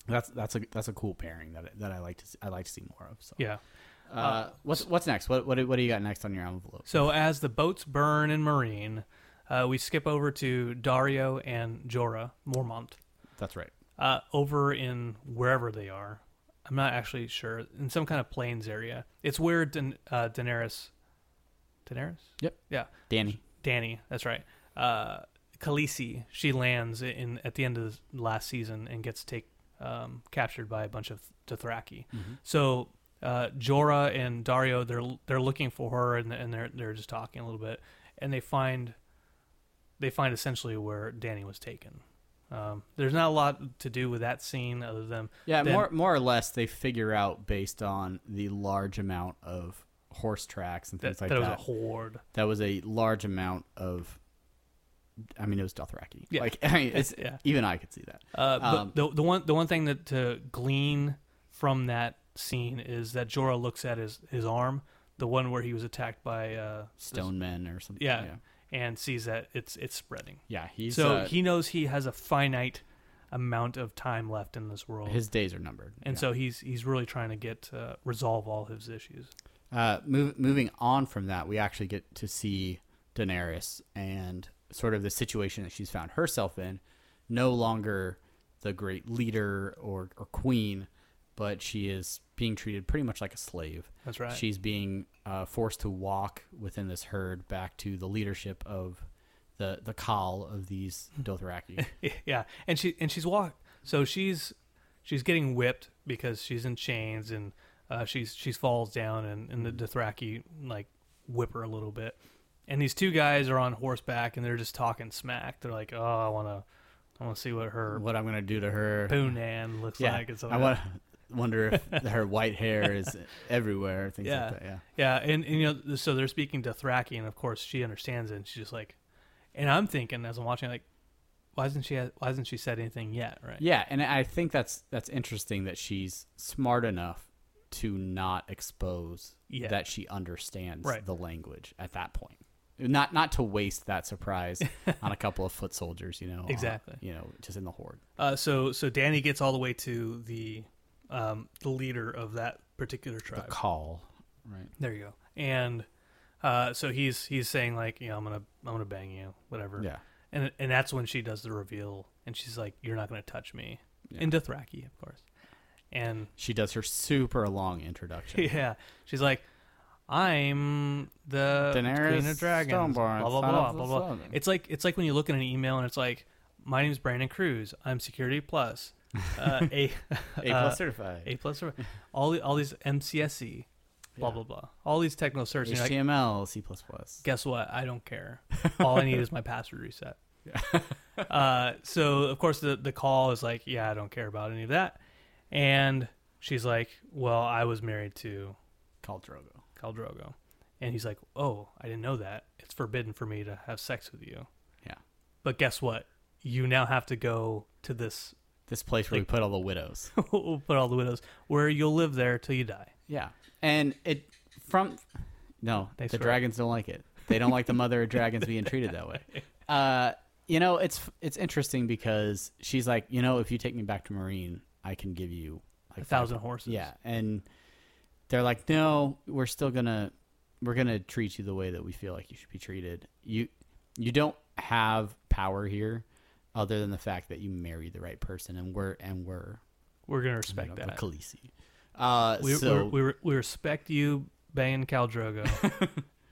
Speaker 1: that's that's a that's a cool pairing that that I like to see, I like to see more of. So
Speaker 2: Yeah.
Speaker 1: uh, what's what's next? What what do- what do you got next on your envelope?
Speaker 2: So as the boats burn in Marine, uh, we skip over to Dario and Jorah Mormont
Speaker 1: That's right.
Speaker 2: uh, over in wherever they are. I'm not actually sure in some kind of plains area. It's where Dan- uh, Daenerys, Daenerys,
Speaker 1: Yep,
Speaker 2: yeah,
Speaker 1: Danny.
Speaker 2: Danny. That's right. Uh, Khaleesi. She lands in at the end of the last season and gets take um, captured by a bunch of Dothraki.
Speaker 1: Mm-hmm.
Speaker 2: So uh, Jorah and Dario they're they're looking for her and, and they're they're just talking a little bit and they find they find essentially where Danny was taken. Um, there's not a lot to do with that scene other than
Speaker 1: Yeah,
Speaker 2: than-
Speaker 1: more more or less, they figure out based on the large amount of horse tracks and
Speaker 2: that,
Speaker 1: things like
Speaker 2: that
Speaker 1: that.
Speaker 2: was a horde.
Speaker 1: that was a large amount of. I mean, it was Dothraki.
Speaker 2: Yeah.
Speaker 1: Like, I mean, it's,
Speaker 2: Yeah.
Speaker 1: even I could see that.
Speaker 2: Uh, but
Speaker 1: Um,
Speaker 2: the the one the one thing that to glean from that scene is that Jorah looks at his his arm, the one where he was attacked by uh,
Speaker 1: Stone men or something.
Speaker 2: yeah,
Speaker 1: yeah,
Speaker 2: and sees that it's it's spreading.
Speaker 1: Yeah, he's
Speaker 2: so
Speaker 1: uh,
Speaker 2: he knows he has a finite amount of time left in this world,
Speaker 1: his days are numbered.
Speaker 2: and
Speaker 1: yeah.
Speaker 2: so he's he's really trying to get uh, resolve all his issues.
Speaker 1: Uh, move, moving on from that, we actually get to see Daenerys and sort of the situation that she's found herself in. No longer the great leader or, or queen, but she is being treated pretty much like a slave.
Speaker 2: That's right.
Speaker 1: She's being uh, forced to walk within this herd back to the leadership of the the call of these Dothraki.
Speaker 2: yeah, and she and she's walked. So she's she's getting whipped because she's in chains and uh, she's she's falls down and, and the
Speaker 1: Mm-hmm.
Speaker 2: Dothraki like whip her a little bit. And these two guys are on horseback and they're just talking smack. They're like, "Oh, I want to, I want to see what her
Speaker 1: what I'm gonna do to her?
Speaker 2: poonan looks
Speaker 1: yeah,
Speaker 2: like." And stuff
Speaker 1: I want
Speaker 2: like
Speaker 1: wonder if her white hair is everywhere. Things
Speaker 2: Yeah.
Speaker 1: like that. Yeah.
Speaker 2: Yeah, and, and you know, th- so they're speaking Dothraki, and of course she understands it. And she's just like, and I'm thinking as I'm watching, like, why hasn't she why hasn't she said anything yet? Right?
Speaker 1: Yeah, and I think that's that's interesting that she's smart enough to not expose
Speaker 2: Yeah.
Speaker 1: that she understands
Speaker 2: Right.
Speaker 1: the language at that point. Not not to waste that surprise on a couple of foot soldiers, you know. on-
Speaker 2: Exactly.
Speaker 1: you know, just in the horde.
Speaker 2: Uh, so so Danny gets all the way to the um, the leader of that particular tribe.
Speaker 1: Call. Right.
Speaker 2: there you go. and uh, so he's he's saying like, you know, I'm gonna I'm gonna bang you, whatever.
Speaker 1: Yeah.
Speaker 2: And and that's when she does the reveal, and she's like, "You're not gonna touch me,"
Speaker 1: Yeah.
Speaker 2: in Dothraki, of course. And
Speaker 1: She does her super long introduction.
Speaker 2: yeah, she's like, "I'm the
Speaker 1: Daenerys
Speaker 2: Queen of Dragons."
Speaker 1: Stormborn,
Speaker 2: blah blah
Speaker 1: son
Speaker 2: blah
Speaker 1: of the
Speaker 2: blah blah.
Speaker 1: sun.
Speaker 2: It's like it's like when you look at an email and it's like, "My name's Brandon Cruz. I'm Security Plus, uh, a
Speaker 1: A plus certified.
Speaker 2: Uh, a plus, or- all the- all these MCSE, E, blah blah blah, all these technical certs. and you're like,
Speaker 1: HTML, C plus plus.
Speaker 2: guess what? I don't care. All I need is my password reset. uh, so of course the the call is like, yeah, I don't care about any of that. And she's like, well, I was married to
Speaker 1: Called Drogo.
Speaker 2: Khal Drogo, and he's like, oh, I didn't know that. It's forbidden for me to have sex with you.
Speaker 1: Yeah.
Speaker 2: But guess what? You now have to go to this.
Speaker 1: This place where we put all the widows.
Speaker 2: we'll put all the widows where you'll live there till you die.
Speaker 1: Yeah, and it from no,
Speaker 2: Thanks
Speaker 1: the
Speaker 2: for-
Speaker 1: dragons don't like it. They don't like the mother of dragons being treated that way. Uh, you know, it's it's interesting because she's like, you know, if you take me back to Marine, I can give you like
Speaker 2: A thousand horses.
Speaker 1: Yeah, and they're like, no, we're still gonna we're gonna treat you the way that we feel like you should be treated. You you don't have power here, other than the fact that you married the right person, and we're and we're
Speaker 2: We're gonna
Speaker 1: you
Speaker 2: respect
Speaker 1: know, the
Speaker 2: that.
Speaker 1: Khaleesi. Uh,
Speaker 2: We,
Speaker 1: so
Speaker 2: we, we, we respect you, banging Cal Drogo,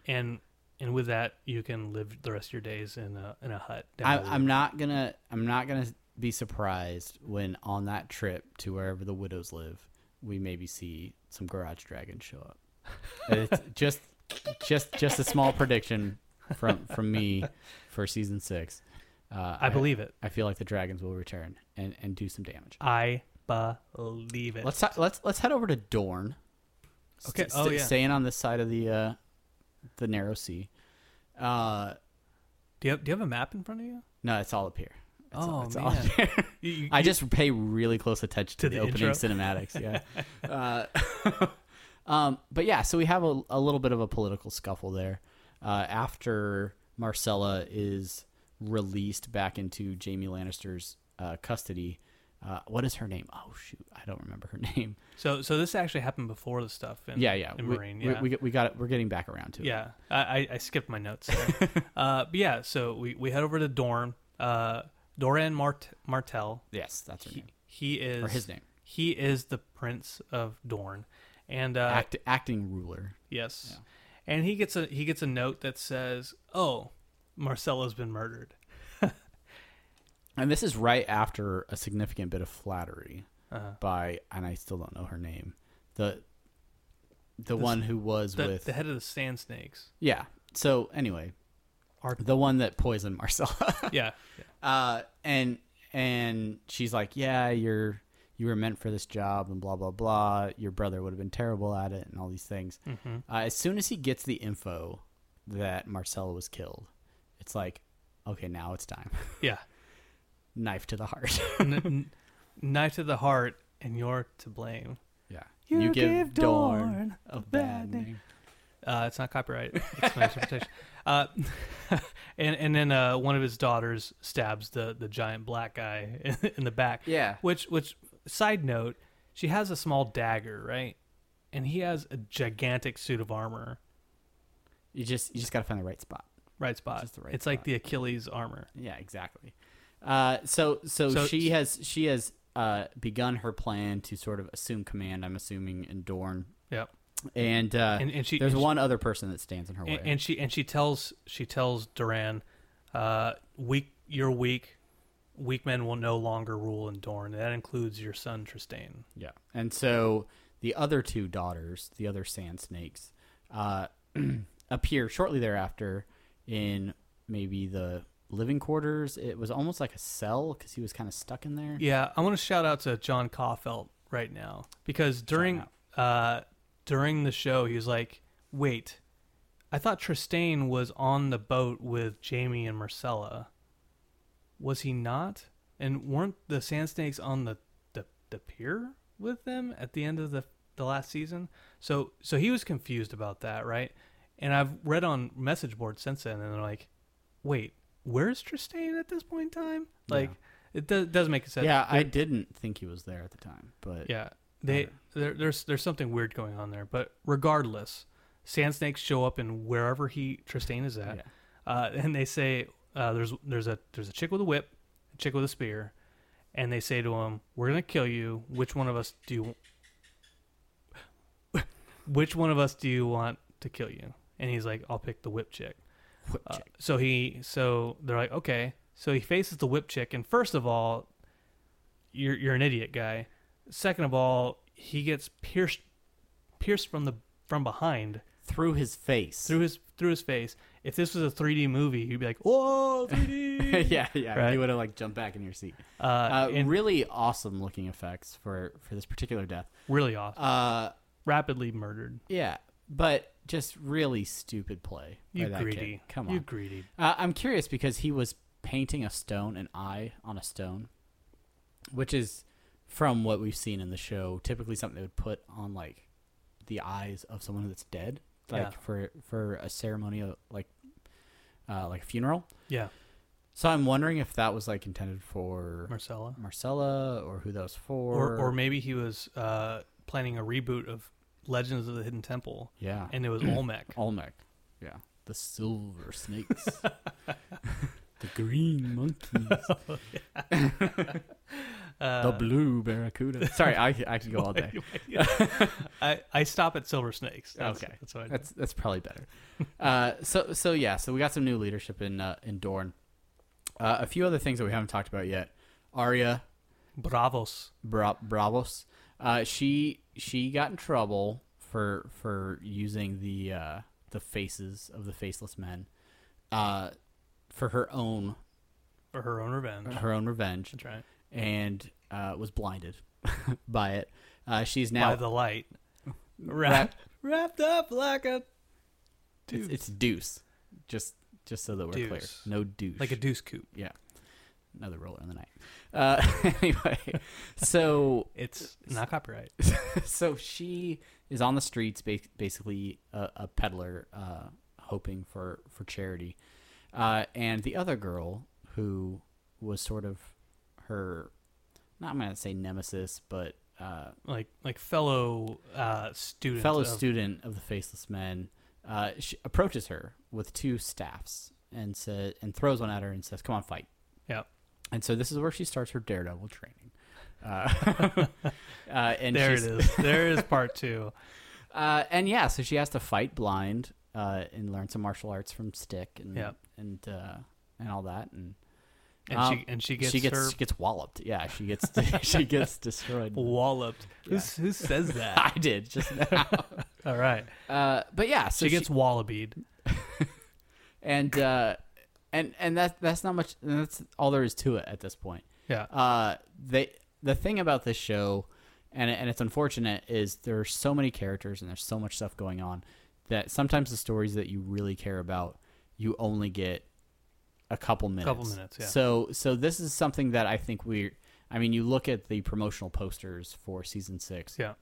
Speaker 2: and and with that you can live the rest of your days in a in a hut. down
Speaker 1: I,
Speaker 2: the river.
Speaker 1: I'm not gonna I'm not gonna be surprised when on that trip to wherever the widows live, we maybe see some garage dragons show up. it's just just just a small prediction from from me for season six. Uh,
Speaker 2: I believe it.
Speaker 1: I feel like the dragons will return and and do some damage.
Speaker 2: I believe it.
Speaker 1: Let's ta- let's let's head over to Dorne.
Speaker 2: Okay,
Speaker 1: St-
Speaker 2: oh,
Speaker 1: st-
Speaker 2: yeah.
Speaker 1: Staying on this side of the uh, the narrow sea. Uh,
Speaker 2: do you have, do you have a map in front of you?
Speaker 1: no, it's all up here. It's all-
Speaker 2: oh
Speaker 1: it's all up
Speaker 2: man,
Speaker 1: here.
Speaker 2: You- you-
Speaker 1: I
Speaker 2: you-
Speaker 1: just pay really close attention to,
Speaker 2: To
Speaker 1: the,
Speaker 2: the
Speaker 1: opening
Speaker 2: intro.
Speaker 1: cinematics. Yeah. uh, um, but yeah, so we have a, a little bit of a political scuffle there uh, after Marcella is released back into Jamie Lannister's uh, custody. Uh, what is her name? Oh shoot, I don't remember her name.
Speaker 2: so so this actually happened before the stuff. In,
Speaker 1: Yeah, yeah,
Speaker 2: In
Speaker 1: we,
Speaker 2: Marine,
Speaker 1: we-
Speaker 2: yeah.
Speaker 1: we, we got it. We're getting back around to it.
Speaker 2: Yeah, I, I, I skipped my notes. there. uh, but yeah, so we, we head over to Dorn. Uh, Doran Mart- Martell.
Speaker 1: Yes, that's her
Speaker 2: He,
Speaker 1: name.
Speaker 2: he is
Speaker 1: Or his name.
Speaker 2: He is the Prince of Dorn, and uh,
Speaker 1: Act, acting ruler.
Speaker 2: yes, and he gets a he gets a note that says, "Oh, Marcella's been murdered."
Speaker 1: And this is right after a significant bit of flattery
Speaker 2: Uh-huh.
Speaker 1: by, and I still don't know her name, the the one who was
Speaker 2: The,
Speaker 1: with,
Speaker 2: the head of the Sand Snakes.
Speaker 1: yeah. So anyway, the one that poisoned Marcella,
Speaker 2: Yeah,
Speaker 1: uh, and and she's like, yeah, you're you were meant for this job, and blah blah blah. Your brother would have been terrible at it, and all these things.
Speaker 2: Mm-hmm.
Speaker 1: Uh, as soon as he gets the info that Marcella was killed, it's like, okay, now it's time,
Speaker 2: yeah.
Speaker 1: knife to the heart.
Speaker 2: N- n- knife to the heart, and you're to blame.
Speaker 1: Yeah.
Speaker 2: You give Dorn
Speaker 1: a bad name.
Speaker 2: Uh, it's not copyright. It's my interpretation. Uh, and and then uh, one of his daughters stabs the the giant black guy in the back.
Speaker 1: Yeah.
Speaker 2: Which which side note, she has a small dagger, right? And he has a gigantic suit of armor.
Speaker 1: You just you just gotta find the right spot.
Speaker 2: Right spot.
Speaker 1: Just the right
Speaker 2: it's like the Achilles armor.
Speaker 1: Yeah, exactly. Uh, so, so
Speaker 2: So-
Speaker 1: she has she has uh, begun her plan to sort of assume command. I'm assuming in Dorne,
Speaker 2: Yep.
Speaker 1: and uh,
Speaker 2: And- and she-
Speaker 1: there's
Speaker 2: and she-
Speaker 1: one other person that stands in her way.
Speaker 2: And, and she and she tells she tells Duran, uh, weak you're weak. Weak men will no longer rule in Dorne. That includes your son Tristane.
Speaker 1: yeah, and so the other two daughters, the other sand snakes, uh, appear shortly thereafter in maybe the living quarters. It was almost like a cell because he was kind of stuck in there.
Speaker 2: Yeah, I want to shout out to John Caulfield right now because during uh, during the show he was like, "Wait, I thought Tristane was on the boat with Jamie and Marcella. Was he not? And weren't the Sand Snakes on the the, the pier with them at the end of the the last season? So so he was confused about that, right? And I've read on message boards since then, and they're like, "Wait, where's Tristane at this point in time? Like." It do- doesn't make sense.
Speaker 1: yeah, I didn't think he was there at the time, but
Speaker 2: Yeah, they there, there's there's something weird going on there. But regardless, Sand snakes show up in wherever he Tristain is at, uh, and they say uh, there's there's a there's a chick with a whip, a chick with a spear, and they say to him, "We're gonna kill you. Which one of us do you? Which one of us do you want to kill you?" And he's like, "I'll pick the whip chick."
Speaker 1: Whip
Speaker 2: Uh,
Speaker 1: chick.
Speaker 2: so he so they're like okay so he faces the whip chick and first of all you're you're an idiot guy second of all he gets pierced pierced from the from behind
Speaker 1: through his face.
Speaker 2: through his through his face if this was a 3d movie he'd be like whoa 3d
Speaker 1: yeah, yeah.
Speaker 2: Right.
Speaker 1: You would have like jumped back in your seat.
Speaker 2: uh,
Speaker 1: Uh,
Speaker 2: and
Speaker 1: really awesome looking effects for for this particular death.
Speaker 2: really off
Speaker 1: Uh,
Speaker 2: rapidly murdered
Speaker 1: yeah, but just really stupid play. by
Speaker 2: you
Speaker 1: that kid.
Speaker 2: greedy
Speaker 1: Come
Speaker 2: you
Speaker 1: on.
Speaker 2: greedy
Speaker 1: Uh, I'm curious because he was painting a stone, an eye on a stone, which is from what we've seen in the show, typically something they would put on like the eyes of someone that's dead, like
Speaker 2: Yeah.
Speaker 1: for for a ceremonial like uh, like a funeral.
Speaker 2: yeah
Speaker 1: So I'm wondering if that was like intended for
Speaker 2: marcella
Speaker 1: Marcella or who that was for,
Speaker 2: or or maybe he was uh planning a reboot of legends of the hidden temple
Speaker 1: yeah,
Speaker 2: and it was olmec
Speaker 1: Olmec, yeah, the silver snakes, the green monkeys.
Speaker 2: uh,
Speaker 1: the blue barracuda. Uh, Sorry, I, I could go all day.
Speaker 2: I, I stop at Silver Snakes. That's,
Speaker 1: Okay.
Speaker 2: That's what I
Speaker 1: That's that's probably better. Uh, so so yeah, so we got some new leadership in uh, in Dorne. Uh, a few other things that we haven't talked about yet. Arya
Speaker 2: Bravos.
Speaker 1: Bra- Bravos, uh, she she got in trouble for for using the uh, the faces of the faceless men uh, for her own
Speaker 2: For her own revenge.
Speaker 1: her own revenge,
Speaker 2: That's right.
Speaker 1: and uh, was blinded by it. Uh, she's
Speaker 2: By
Speaker 1: now
Speaker 2: the light. Wrapped, wrapped up like a
Speaker 1: It's, it's deuce. Just just so that we're clear.
Speaker 2: Deuce.
Speaker 1: No douche.
Speaker 2: like a deuce coupe.
Speaker 1: yeah. Another roller in the night. Uh, anyway, so
Speaker 2: It's not copyright.
Speaker 1: so she is on the streets, ba- basically a, a peddler, uh, hoping for for charity. Uh, and the other girl who was sort of her, not I'm gonna say nemesis, but uh,
Speaker 2: Like like fellow uh, students.
Speaker 1: fellow
Speaker 2: of-
Speaker 1: student of the Faceless Men uh, she approaches her with two staffs and says, and throws one at her and says, "Come on, fight."
Speaker 2: Yeah.
Speaker 1: And so this is where she starts her daredevil training. Uh, uh, and
Speaker 2: There it
Speaker 1: she's-
Speaker 2: is. There is part two.
Speaker 1: Uh, and yeah, so she has to fight blind uh, and learn some martial arts from Stick and
Speaker 2: Yeah.
Speaker 1: and uh, and all that. And,
Speaker 2: And
Speaker 1: um,
Speaker 2: she and she gets,
Speaker 1: she gets
Speaker 2: her
Speaker 1: she gets walloped. Yeah, she gets she gets destroyed.
Speaker 2: walloped. Who's, who says that?
Speaker 1: I did just now.
Speaker 2: All right.
Speaker 1: Uh, but yeah, so
Speaker 2: she gets wallabied.
Speaker 1: and uh, and and that that's not much. That's all there is to it at this point.
Speaker 2: Yeah.
Speaker 1: Uh, they the thing about this show, and and it's unfortunate is there are so many characters and there's so much stuff going on that sometimes the stories that you really care about you only get a couple minutes.
Speaker 2: Couple minutes, yeah.
Speaker 1: So so this is something that I think we. I mean, you look at the promotional posters for season six
Speaker 2: yeah.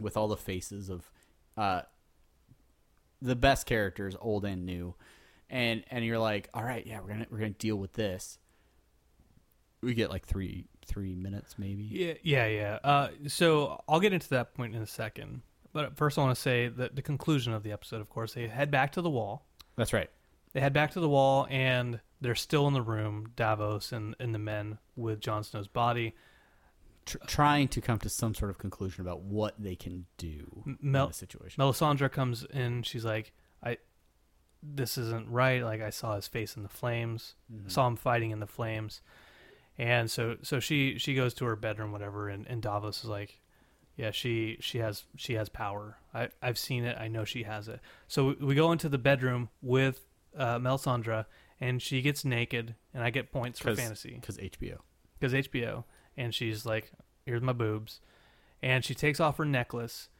Speaker 1: with all the faces of uh the best characters old and new and and you're like all right yeah we're gonna we're gonna deal with this we get like three three minutes maybe
Speaker 2: Yeah, yeah, yeah. Uh, so I'll get into that point in a second. But first, I want to say that the conclusion of the episode, of course, they head back to the wall.
Speaker 1: that's right
Speaker 2: They head back to the wall, and they're still in the room, Davos and, and the men with Jon Snow's body.
Speaker 1: Tr- trying to come to some sort of conclusion about what they can do
Speaker 2: Mel-
Speaker 1: in the situation
Speaker 2: Melisandre comes in. She's like, "I, this isn't right. Like I saw his face in the flames. Saw him fighting in the flames." And so, so she she goes to her bedroom, whatever. And, and Davos is like, "Yeah, she she has she has power. I I've seen it. I know she has it." So we go into the bedroom with uh, Melisandre, and she gets naked, and I get points for fantasy
Speaker 1: because hbo
Speaker 2: because HBO, and she's like, "Here's my boobs," and she takes off her necklace,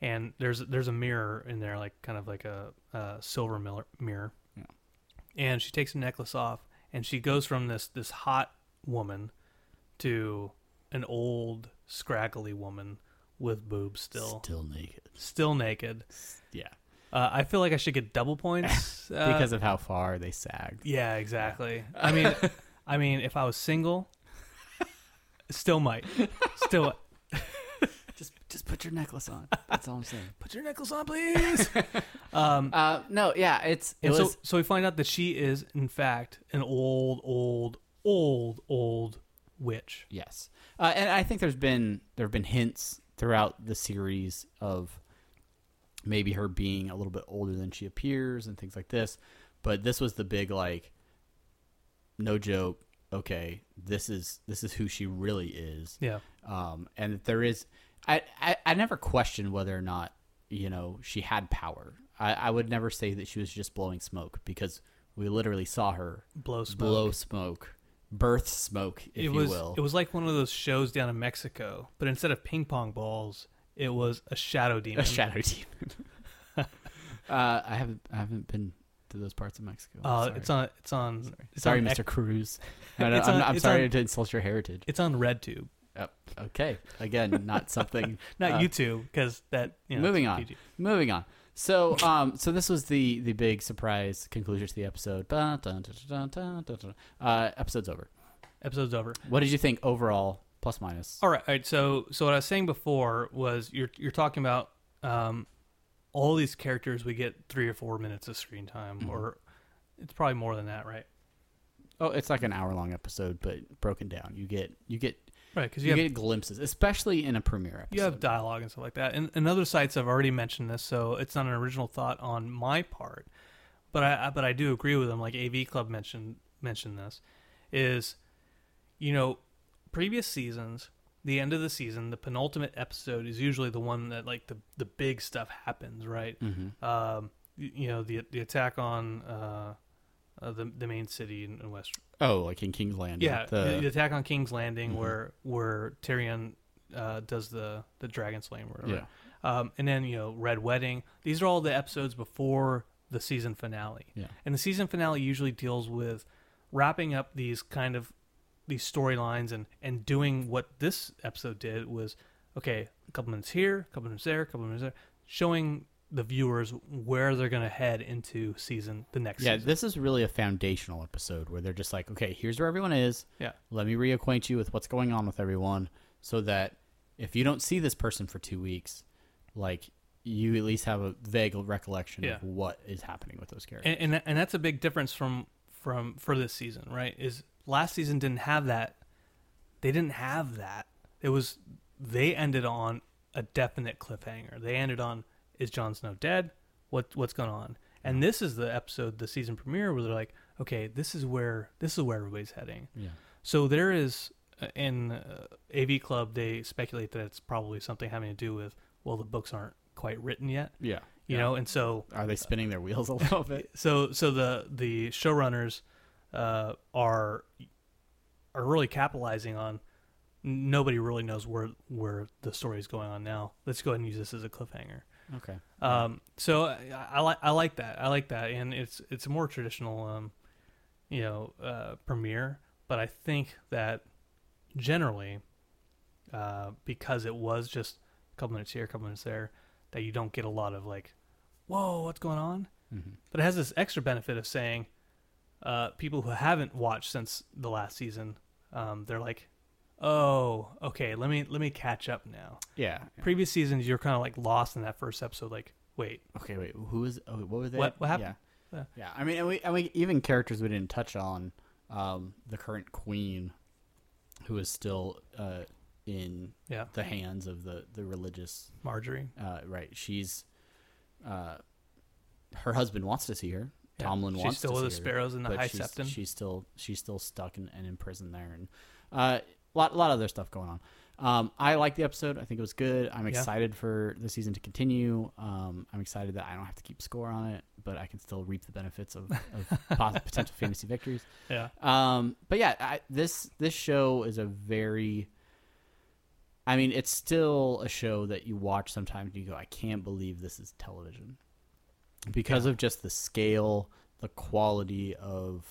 Speaker 2: and there's there's a mirror in there, like kind of like a, a silver miller- mirror,
Speaker 1: Yeah.
Speaker 2: and she takes the necklace off, and she goes from this this hot woman to an old scraggly woman with boobs still,
Speaker 1: still naked
Speaker 2: still naked.
Speaker 1: yeah
Speaker 2: Uh, I feel like I should get double points uh,
Speaker 1: because of how far they sagged
Speaker 2: yeah, exactly. I mean, I mean, if I was single, still might, still.
Speaker 1: just just put your necklace on. That's all I'm saying.
Speaker 2: Put your necklace on, please.
Speaker 1: Uh, no, yeah, it's it
Speaker 2: Um, and
Speaker 1: was
Speaker 2: so, so we find out that she is, in fact, an old, old, old, old witch.
Speaker 1: Yes, uh, and I think there's been there have been hints throughout the series of maybe her being a little bit older than she appears and things like this. But this was the big like, no joke. Okay, this is this is who she really is.
Speaker 2: Yeah.
Speaker 1: Um, and that there is, I, I I never questioned whether or not you know she had power. I, I would never say that she was just blowing smoke because we literally saw her
Speaker 2: Blow smoke.
Speaker 1: blow smoke, birth smoke, if
Speaker 2: it was
Speaker 1: you will.
Speaker 2: it was like one of those shows down in Mexico, but instead of ping pong balls, it was a shadow demon.
Speaker 1: a shadow demon. uh, I haven't I haven't been to those parts of Mexico. I'm
Speaker 2: uh,
Speaker 1: sorry.
Speaker 2: it's on. It's on. It's
Speaker 1: sorry,
Speaker 2: on,
Speaker 1: Mr. Cruz. No, no,
Speaker 2: It's
Speaker 1: I'm,
Speaker 2: on-
Speaker 1: I'm
Speaker 2: it's
Speaker 1: sorry
Speaker 2: on-
Speaker 1: to insult your heritage.
Speaker 2: It's on RedTube,
Speaker 1: Oh, okay, again, not something.
Speaker 2: not
Speaker 1: uh,
Speaker 2: YouTube, because that. You know, it's
Speaker 1: moving on.
Speaker 2: PG.
Speaker 1: Moving on. So, um, so this was the the big surprise conclusion to the episode. Ba- dun- dun- dun- dun- dun- dun. Uh, episode's over.
Speaker 2: Episode's over.
Speaker 1: What did you think overall? Plus minus.
Speaker 2: All right, all right. So, so what I was saying before was you're you're talking about um, all these characters. We get three or four minutes of screen time,
Speaker 1: Mm-hmm.
Speaker 2: or it's probably more than that, right?
Speaker 1: Oh, it's like an hour long episode, but broken down. You get you get
Speaker 2: Right, because
Speaker 1: you,
Speaker 2: you, have
Speaker 1: get glimpses, especially in a premiere episode.
Speaker 2: you have dialogue and stuff like that. And, and other sites have already mentioned this, so it's not an original thought on my part. But I I- but I do agree with them. Like AV Club mentioned mentioned this is, you know, previous seasons, the end of the season, the penultimate episode is usually the one that like the the big stuff happens, right? Um, you, you know the the attack on uh, uh, the the main city in, in West
Speaker 1: Oh, like in King's Landing. uh, Mm-hmm.
Speaker 2: yeah,
Speaker 1: the-
Speaker 2: the, the attack on King's Landing, where where Tyrion uh, does the the dragon slaying, or whatever. Um, and then you know Red Wedding. These are all the episodes before the season finale.
Speaker 1: Yeah.
Speaker 2: And the season finale usually deals with wrapping up these kind of these storylines and and doing what this episode did was okay, a couple minutes here, a couple minutes there, a couple minutes there, showing the viewers where they're going to head into season the next
Speaker 1: Yeah,
Speaker 2: season.
Speaker 1: this is really a foundational episode where they're just like, okay, here's where everyone is.
Speaker 2: Yeah.
Speaker 1: Let me reacquaint you with what's going on with everyone so that if you don't see this person for two weeks, like you at least have a vague recollection
Speaker 2: Yeah.
Speaker 1: of what is happening with those characters.
Speaker 2: and, and and that's a big difference from from for this season, right? Is last season didn't have that. They didn't have that. It was they ended on a definite cliffhanger. They ended on is Jon Snow dead? What what's going on? And this is the episode, the season premiere, where they're like, okay, this is where this is where everybody's heading.
Speaker 1: yeah.
Speaker 2: So there is uh, in uh, AV Club, they speculate that it's probably something having to do with well, the books aren't quite written yet,
Speaker 1: Yeah.
Speaker 2: you know, and Uh, so
Speaker 1: Are they spinning their wheels a little bit?
Speaker 2: so so the the showrunners uh, are are really capitalizing on nobody really knows where where the story is going on now. Let's go ahead and use this as a cliffhanger.
Speaker 1: Okay.
Speaker 2: Um, so I, I like I like that I like that, and it's it's a more traditional um, you know uh, premiere, but I think that generally uh, because it was just a couple minutes here, a couple minutes there, that you don't get a lot of like, whoa, what's going on? But it has this extra benefit of saying uh, people who haven't watched since the last season, um, they're like, oh, okay, let me let me catch up now.
Speaker 1: Yeah.
Speaker 2: Previous seasons, you're kind of like lost in that first episode, like, wait,
Speaker 1: Okay, wait. Who is? Oh, what were they?
Speaker 2: What- what happened? Uh.
Speaker 1: Yeah.
Speaker 2: Yeah.
Speaker 1: Yeah, I mean, and we, and we even characters we didn't touch on. Um, the current queen, who is still uh, in
Speaker 2: Yeah.
Speaker 1: the hands of the the religious
Speaker 2: Marjorie.
Speaker 1: uh, right. She's, uh, her husband wants to see her.
Speaker 2: Yeah,
Speaker 1: Tomlin
Speaker 2: she's
Speaker 1: wants
Speaker 2: still
Speaker 1: to
Speaker 2: with
Speaker 1: see
Speaker 2: the
Speaker 1: her,
Speaker 2: sparrows in the
Speaker 1: but
Speaker 2: High
Speaker 1: she's,
Speaker 2: Septon.
Speaker 1: She's still she's still stuck and, and in prison there, and uh, lot lot of other stuff going on. Um, I like the episode. I think it was good. I'm excited for the season to continue. Um, I'm excited that I don't have to keep score on it, but I can still reap the benefits of, of pos- potential fantasy victories.
Speaker 2: Yeah.
Speaker 1: Um, but yeah, I, this this show is a very. I mean, it's still a show that you watch sometimes and you go, I can't believe this is television, because of just the scale, the quality of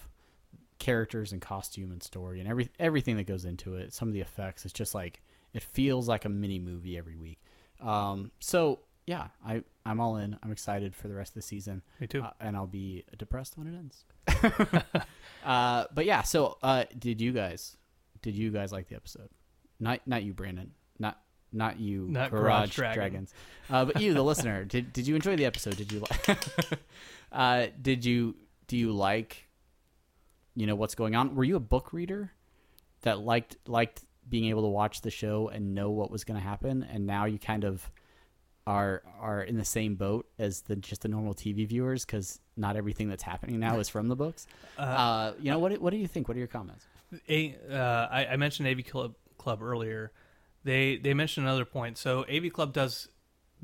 Speaker 1: characters and costume and story and every everything that goes into it. Some of the effects, it's just like it feels like a mini movie every week. Um, so yeah, I I'm all in. I'm excited for the rest of the season.
Speaker 2: Me too.
Speaker 1: Uh, and I'll be depressed when it ends. Uh, but yeah, so uh, did you guys? Did you guys like the episode? Not not you, Brandon. Not not you,
Speaker 2: Not
Speaker 1: Garage,
Speaker 2: Garage Dragon.
Speaker 1: Dragons, uh, but you, the listener. Did did you enjoy the episode? Did you like? uh, did you do you like? You know what's going on. Were you a book reader that liked liked being able to watch the show and know what was going to happen? And now you kind of are are in the same boat as the just the normal TV viewers because not everything that's happening now is from the books. Uh, you know what? do- What do you think? What are your comments?
Speaker 2: A, uh, I, I mentioned AV Club, Club earlier. They they mentioned another point. So AV Club does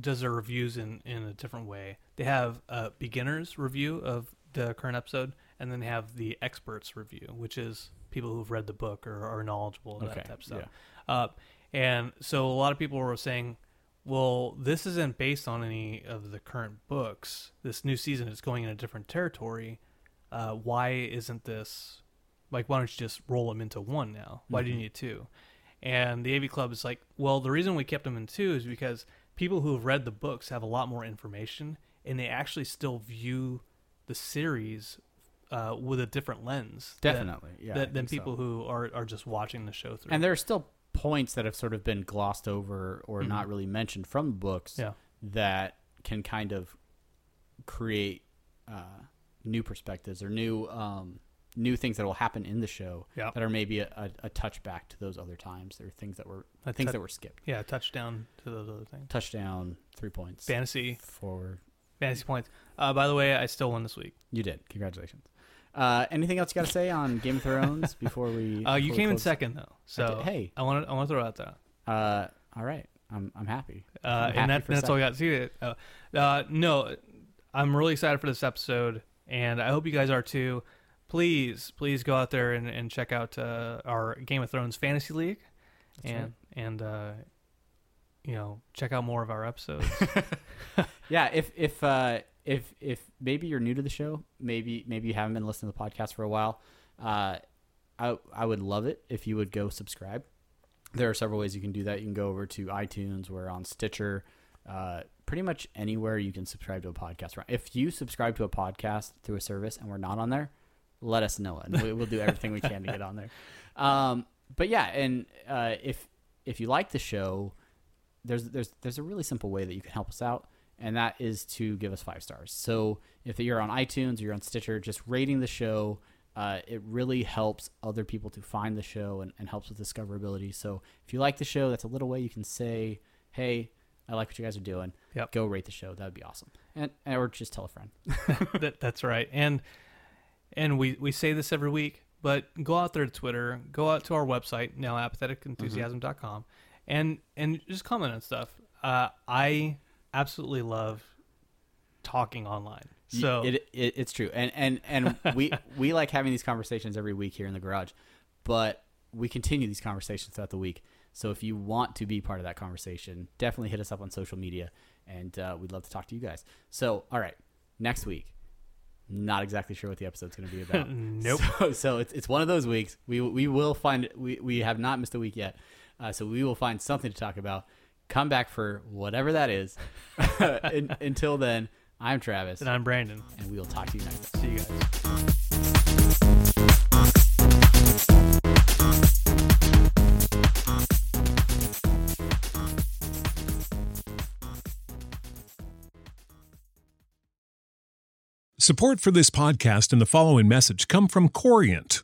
Speaker 2: does their reviews in in a different way. They have a beginners review of the current episode, and then they have the experts review, which is people who've read the book or are knowledgeable about
Speaker 1: Okay,
Speaker 2: that type of stuff. Uh, and so a lot of people were saying, well, this isn't based on any of the current books. This new season is going in a different territory. Uh, why isn't this like why don't you just roll them into one now why
Speaker 1: Mm-hmm.
Speaker 2: do you need two and the av club is like well the reason we kept them in two is because people who have read the books have a lot more information and they actually still view the series uh, with a different lens that-
Speaker 1: Definitely, yeah, I
Speaker 2: that, than
Speaker 1: think so.
Speaker 2: people who are, are just watching the show through
Speaker 1: And there are still points that have sort of been glossed over or not really mentioned from the books
Speaker 2: Yeah.
Speaker 1: that can kind of create uh, new perspectives or new um, new things that will happen in the show
Speaker 2: Yeah.
Speaker 1: that are maybe a, a, a touchback to those other times or things that were
Speaker 2: A
Speaker 1: things
Speaker 2: tou-
Speaker 1: that were skipped.
Speaker 2: yeah touchdown to those other things
Speaker 1: Touchdown, three points,
Speaker 2: fantasy
Speaker 1: forward.
Speaker 2: fantasy points uh, by the way i still won this week
Speaker 1: You did. Congratulations. Uh, anything else you got to say on Game of Thrones before we?
Speaker 2: uh,
Speaker 1: before
Speaker 2: you
Speaker 1: we
Speaker 2: came in
Speaker 1: close?
Speaker 2: second though so
Speaker 1: hey.
Speaker 2: i want to i want to throw out that
Speaker 1: Uh, all right. I'm I'm happy. I'm
Speaker 2: uh,
Speaker 1: happy
Speaker 2: and that,
Speaker 1: for
Speaker 2: that's
Speaker 1: second.
Speaker 2: all we got to see it. Uh, uh, no, I'm really excited for this episode, and I hope you guys are too. Please, please go out there and, and check out uh, our Game of Thrones fantasy league, and and uh, you know check out more of our episodes.
Speaker 1: Yeah, if if uh, if if maybe you're new to the show, maybe maybe you haven't been listening to the podcast for a while, uh, I I would love it if you would go subscribe. There are several ways you can do that. You can go over to iTunes. We're on Stitcher. Uh, pretty much anywhere you can subscribe to a podcast. If you subscribe to a podcast through a service and we're not on there, let us know and we, we'll do everything we can to get on there. Um, but yeah, and uh, if if you like the show, there's there's there's a really simple way that you can help us out and that is to give us five stars so if you're on itunes or you're on stitcher just rating the show uh, it really helps other people to find the show and, and helps with discoverability so if you like the show that's a little way you can say hey i like what you guys are doing
Speaker 2: Yep.
Speaker 1: go rate the show that would be awesome and or just tell a friend
Speaker 2: that, that's right, and and we we say this every week, but go out there to Twitter, go out to our website now apatheticenthusiasm.com, and and just comment on stuff. Uh, I absolutely love talking online.
Speaker 1: Y-
Speaker 2: So
Speaker 1: it, it it's true, and and and we we like having these conversations every week here in the garage, but we continue these conversations throughout the week. So if you want to be part of that conversation, definitely hit us up on social media, and uh, we'd love to talk to you guys. So all right, next week, not exactly sure what the episode's going to be about.
Speaker 2: Nope.
Speaker 1: So, so it's it's one of those weeks. We we will find we we have not missed a week yet, uh, so we will find something to talk about. Come back for whatever that is. Un- until then, I'm Travis
Speaker 2: And I'm Brandon.
Speaker 1: and we will talk to you next time.
Speaker 2: See you guys.
Speaker 3: Support for this podcast and the following message come from Corient.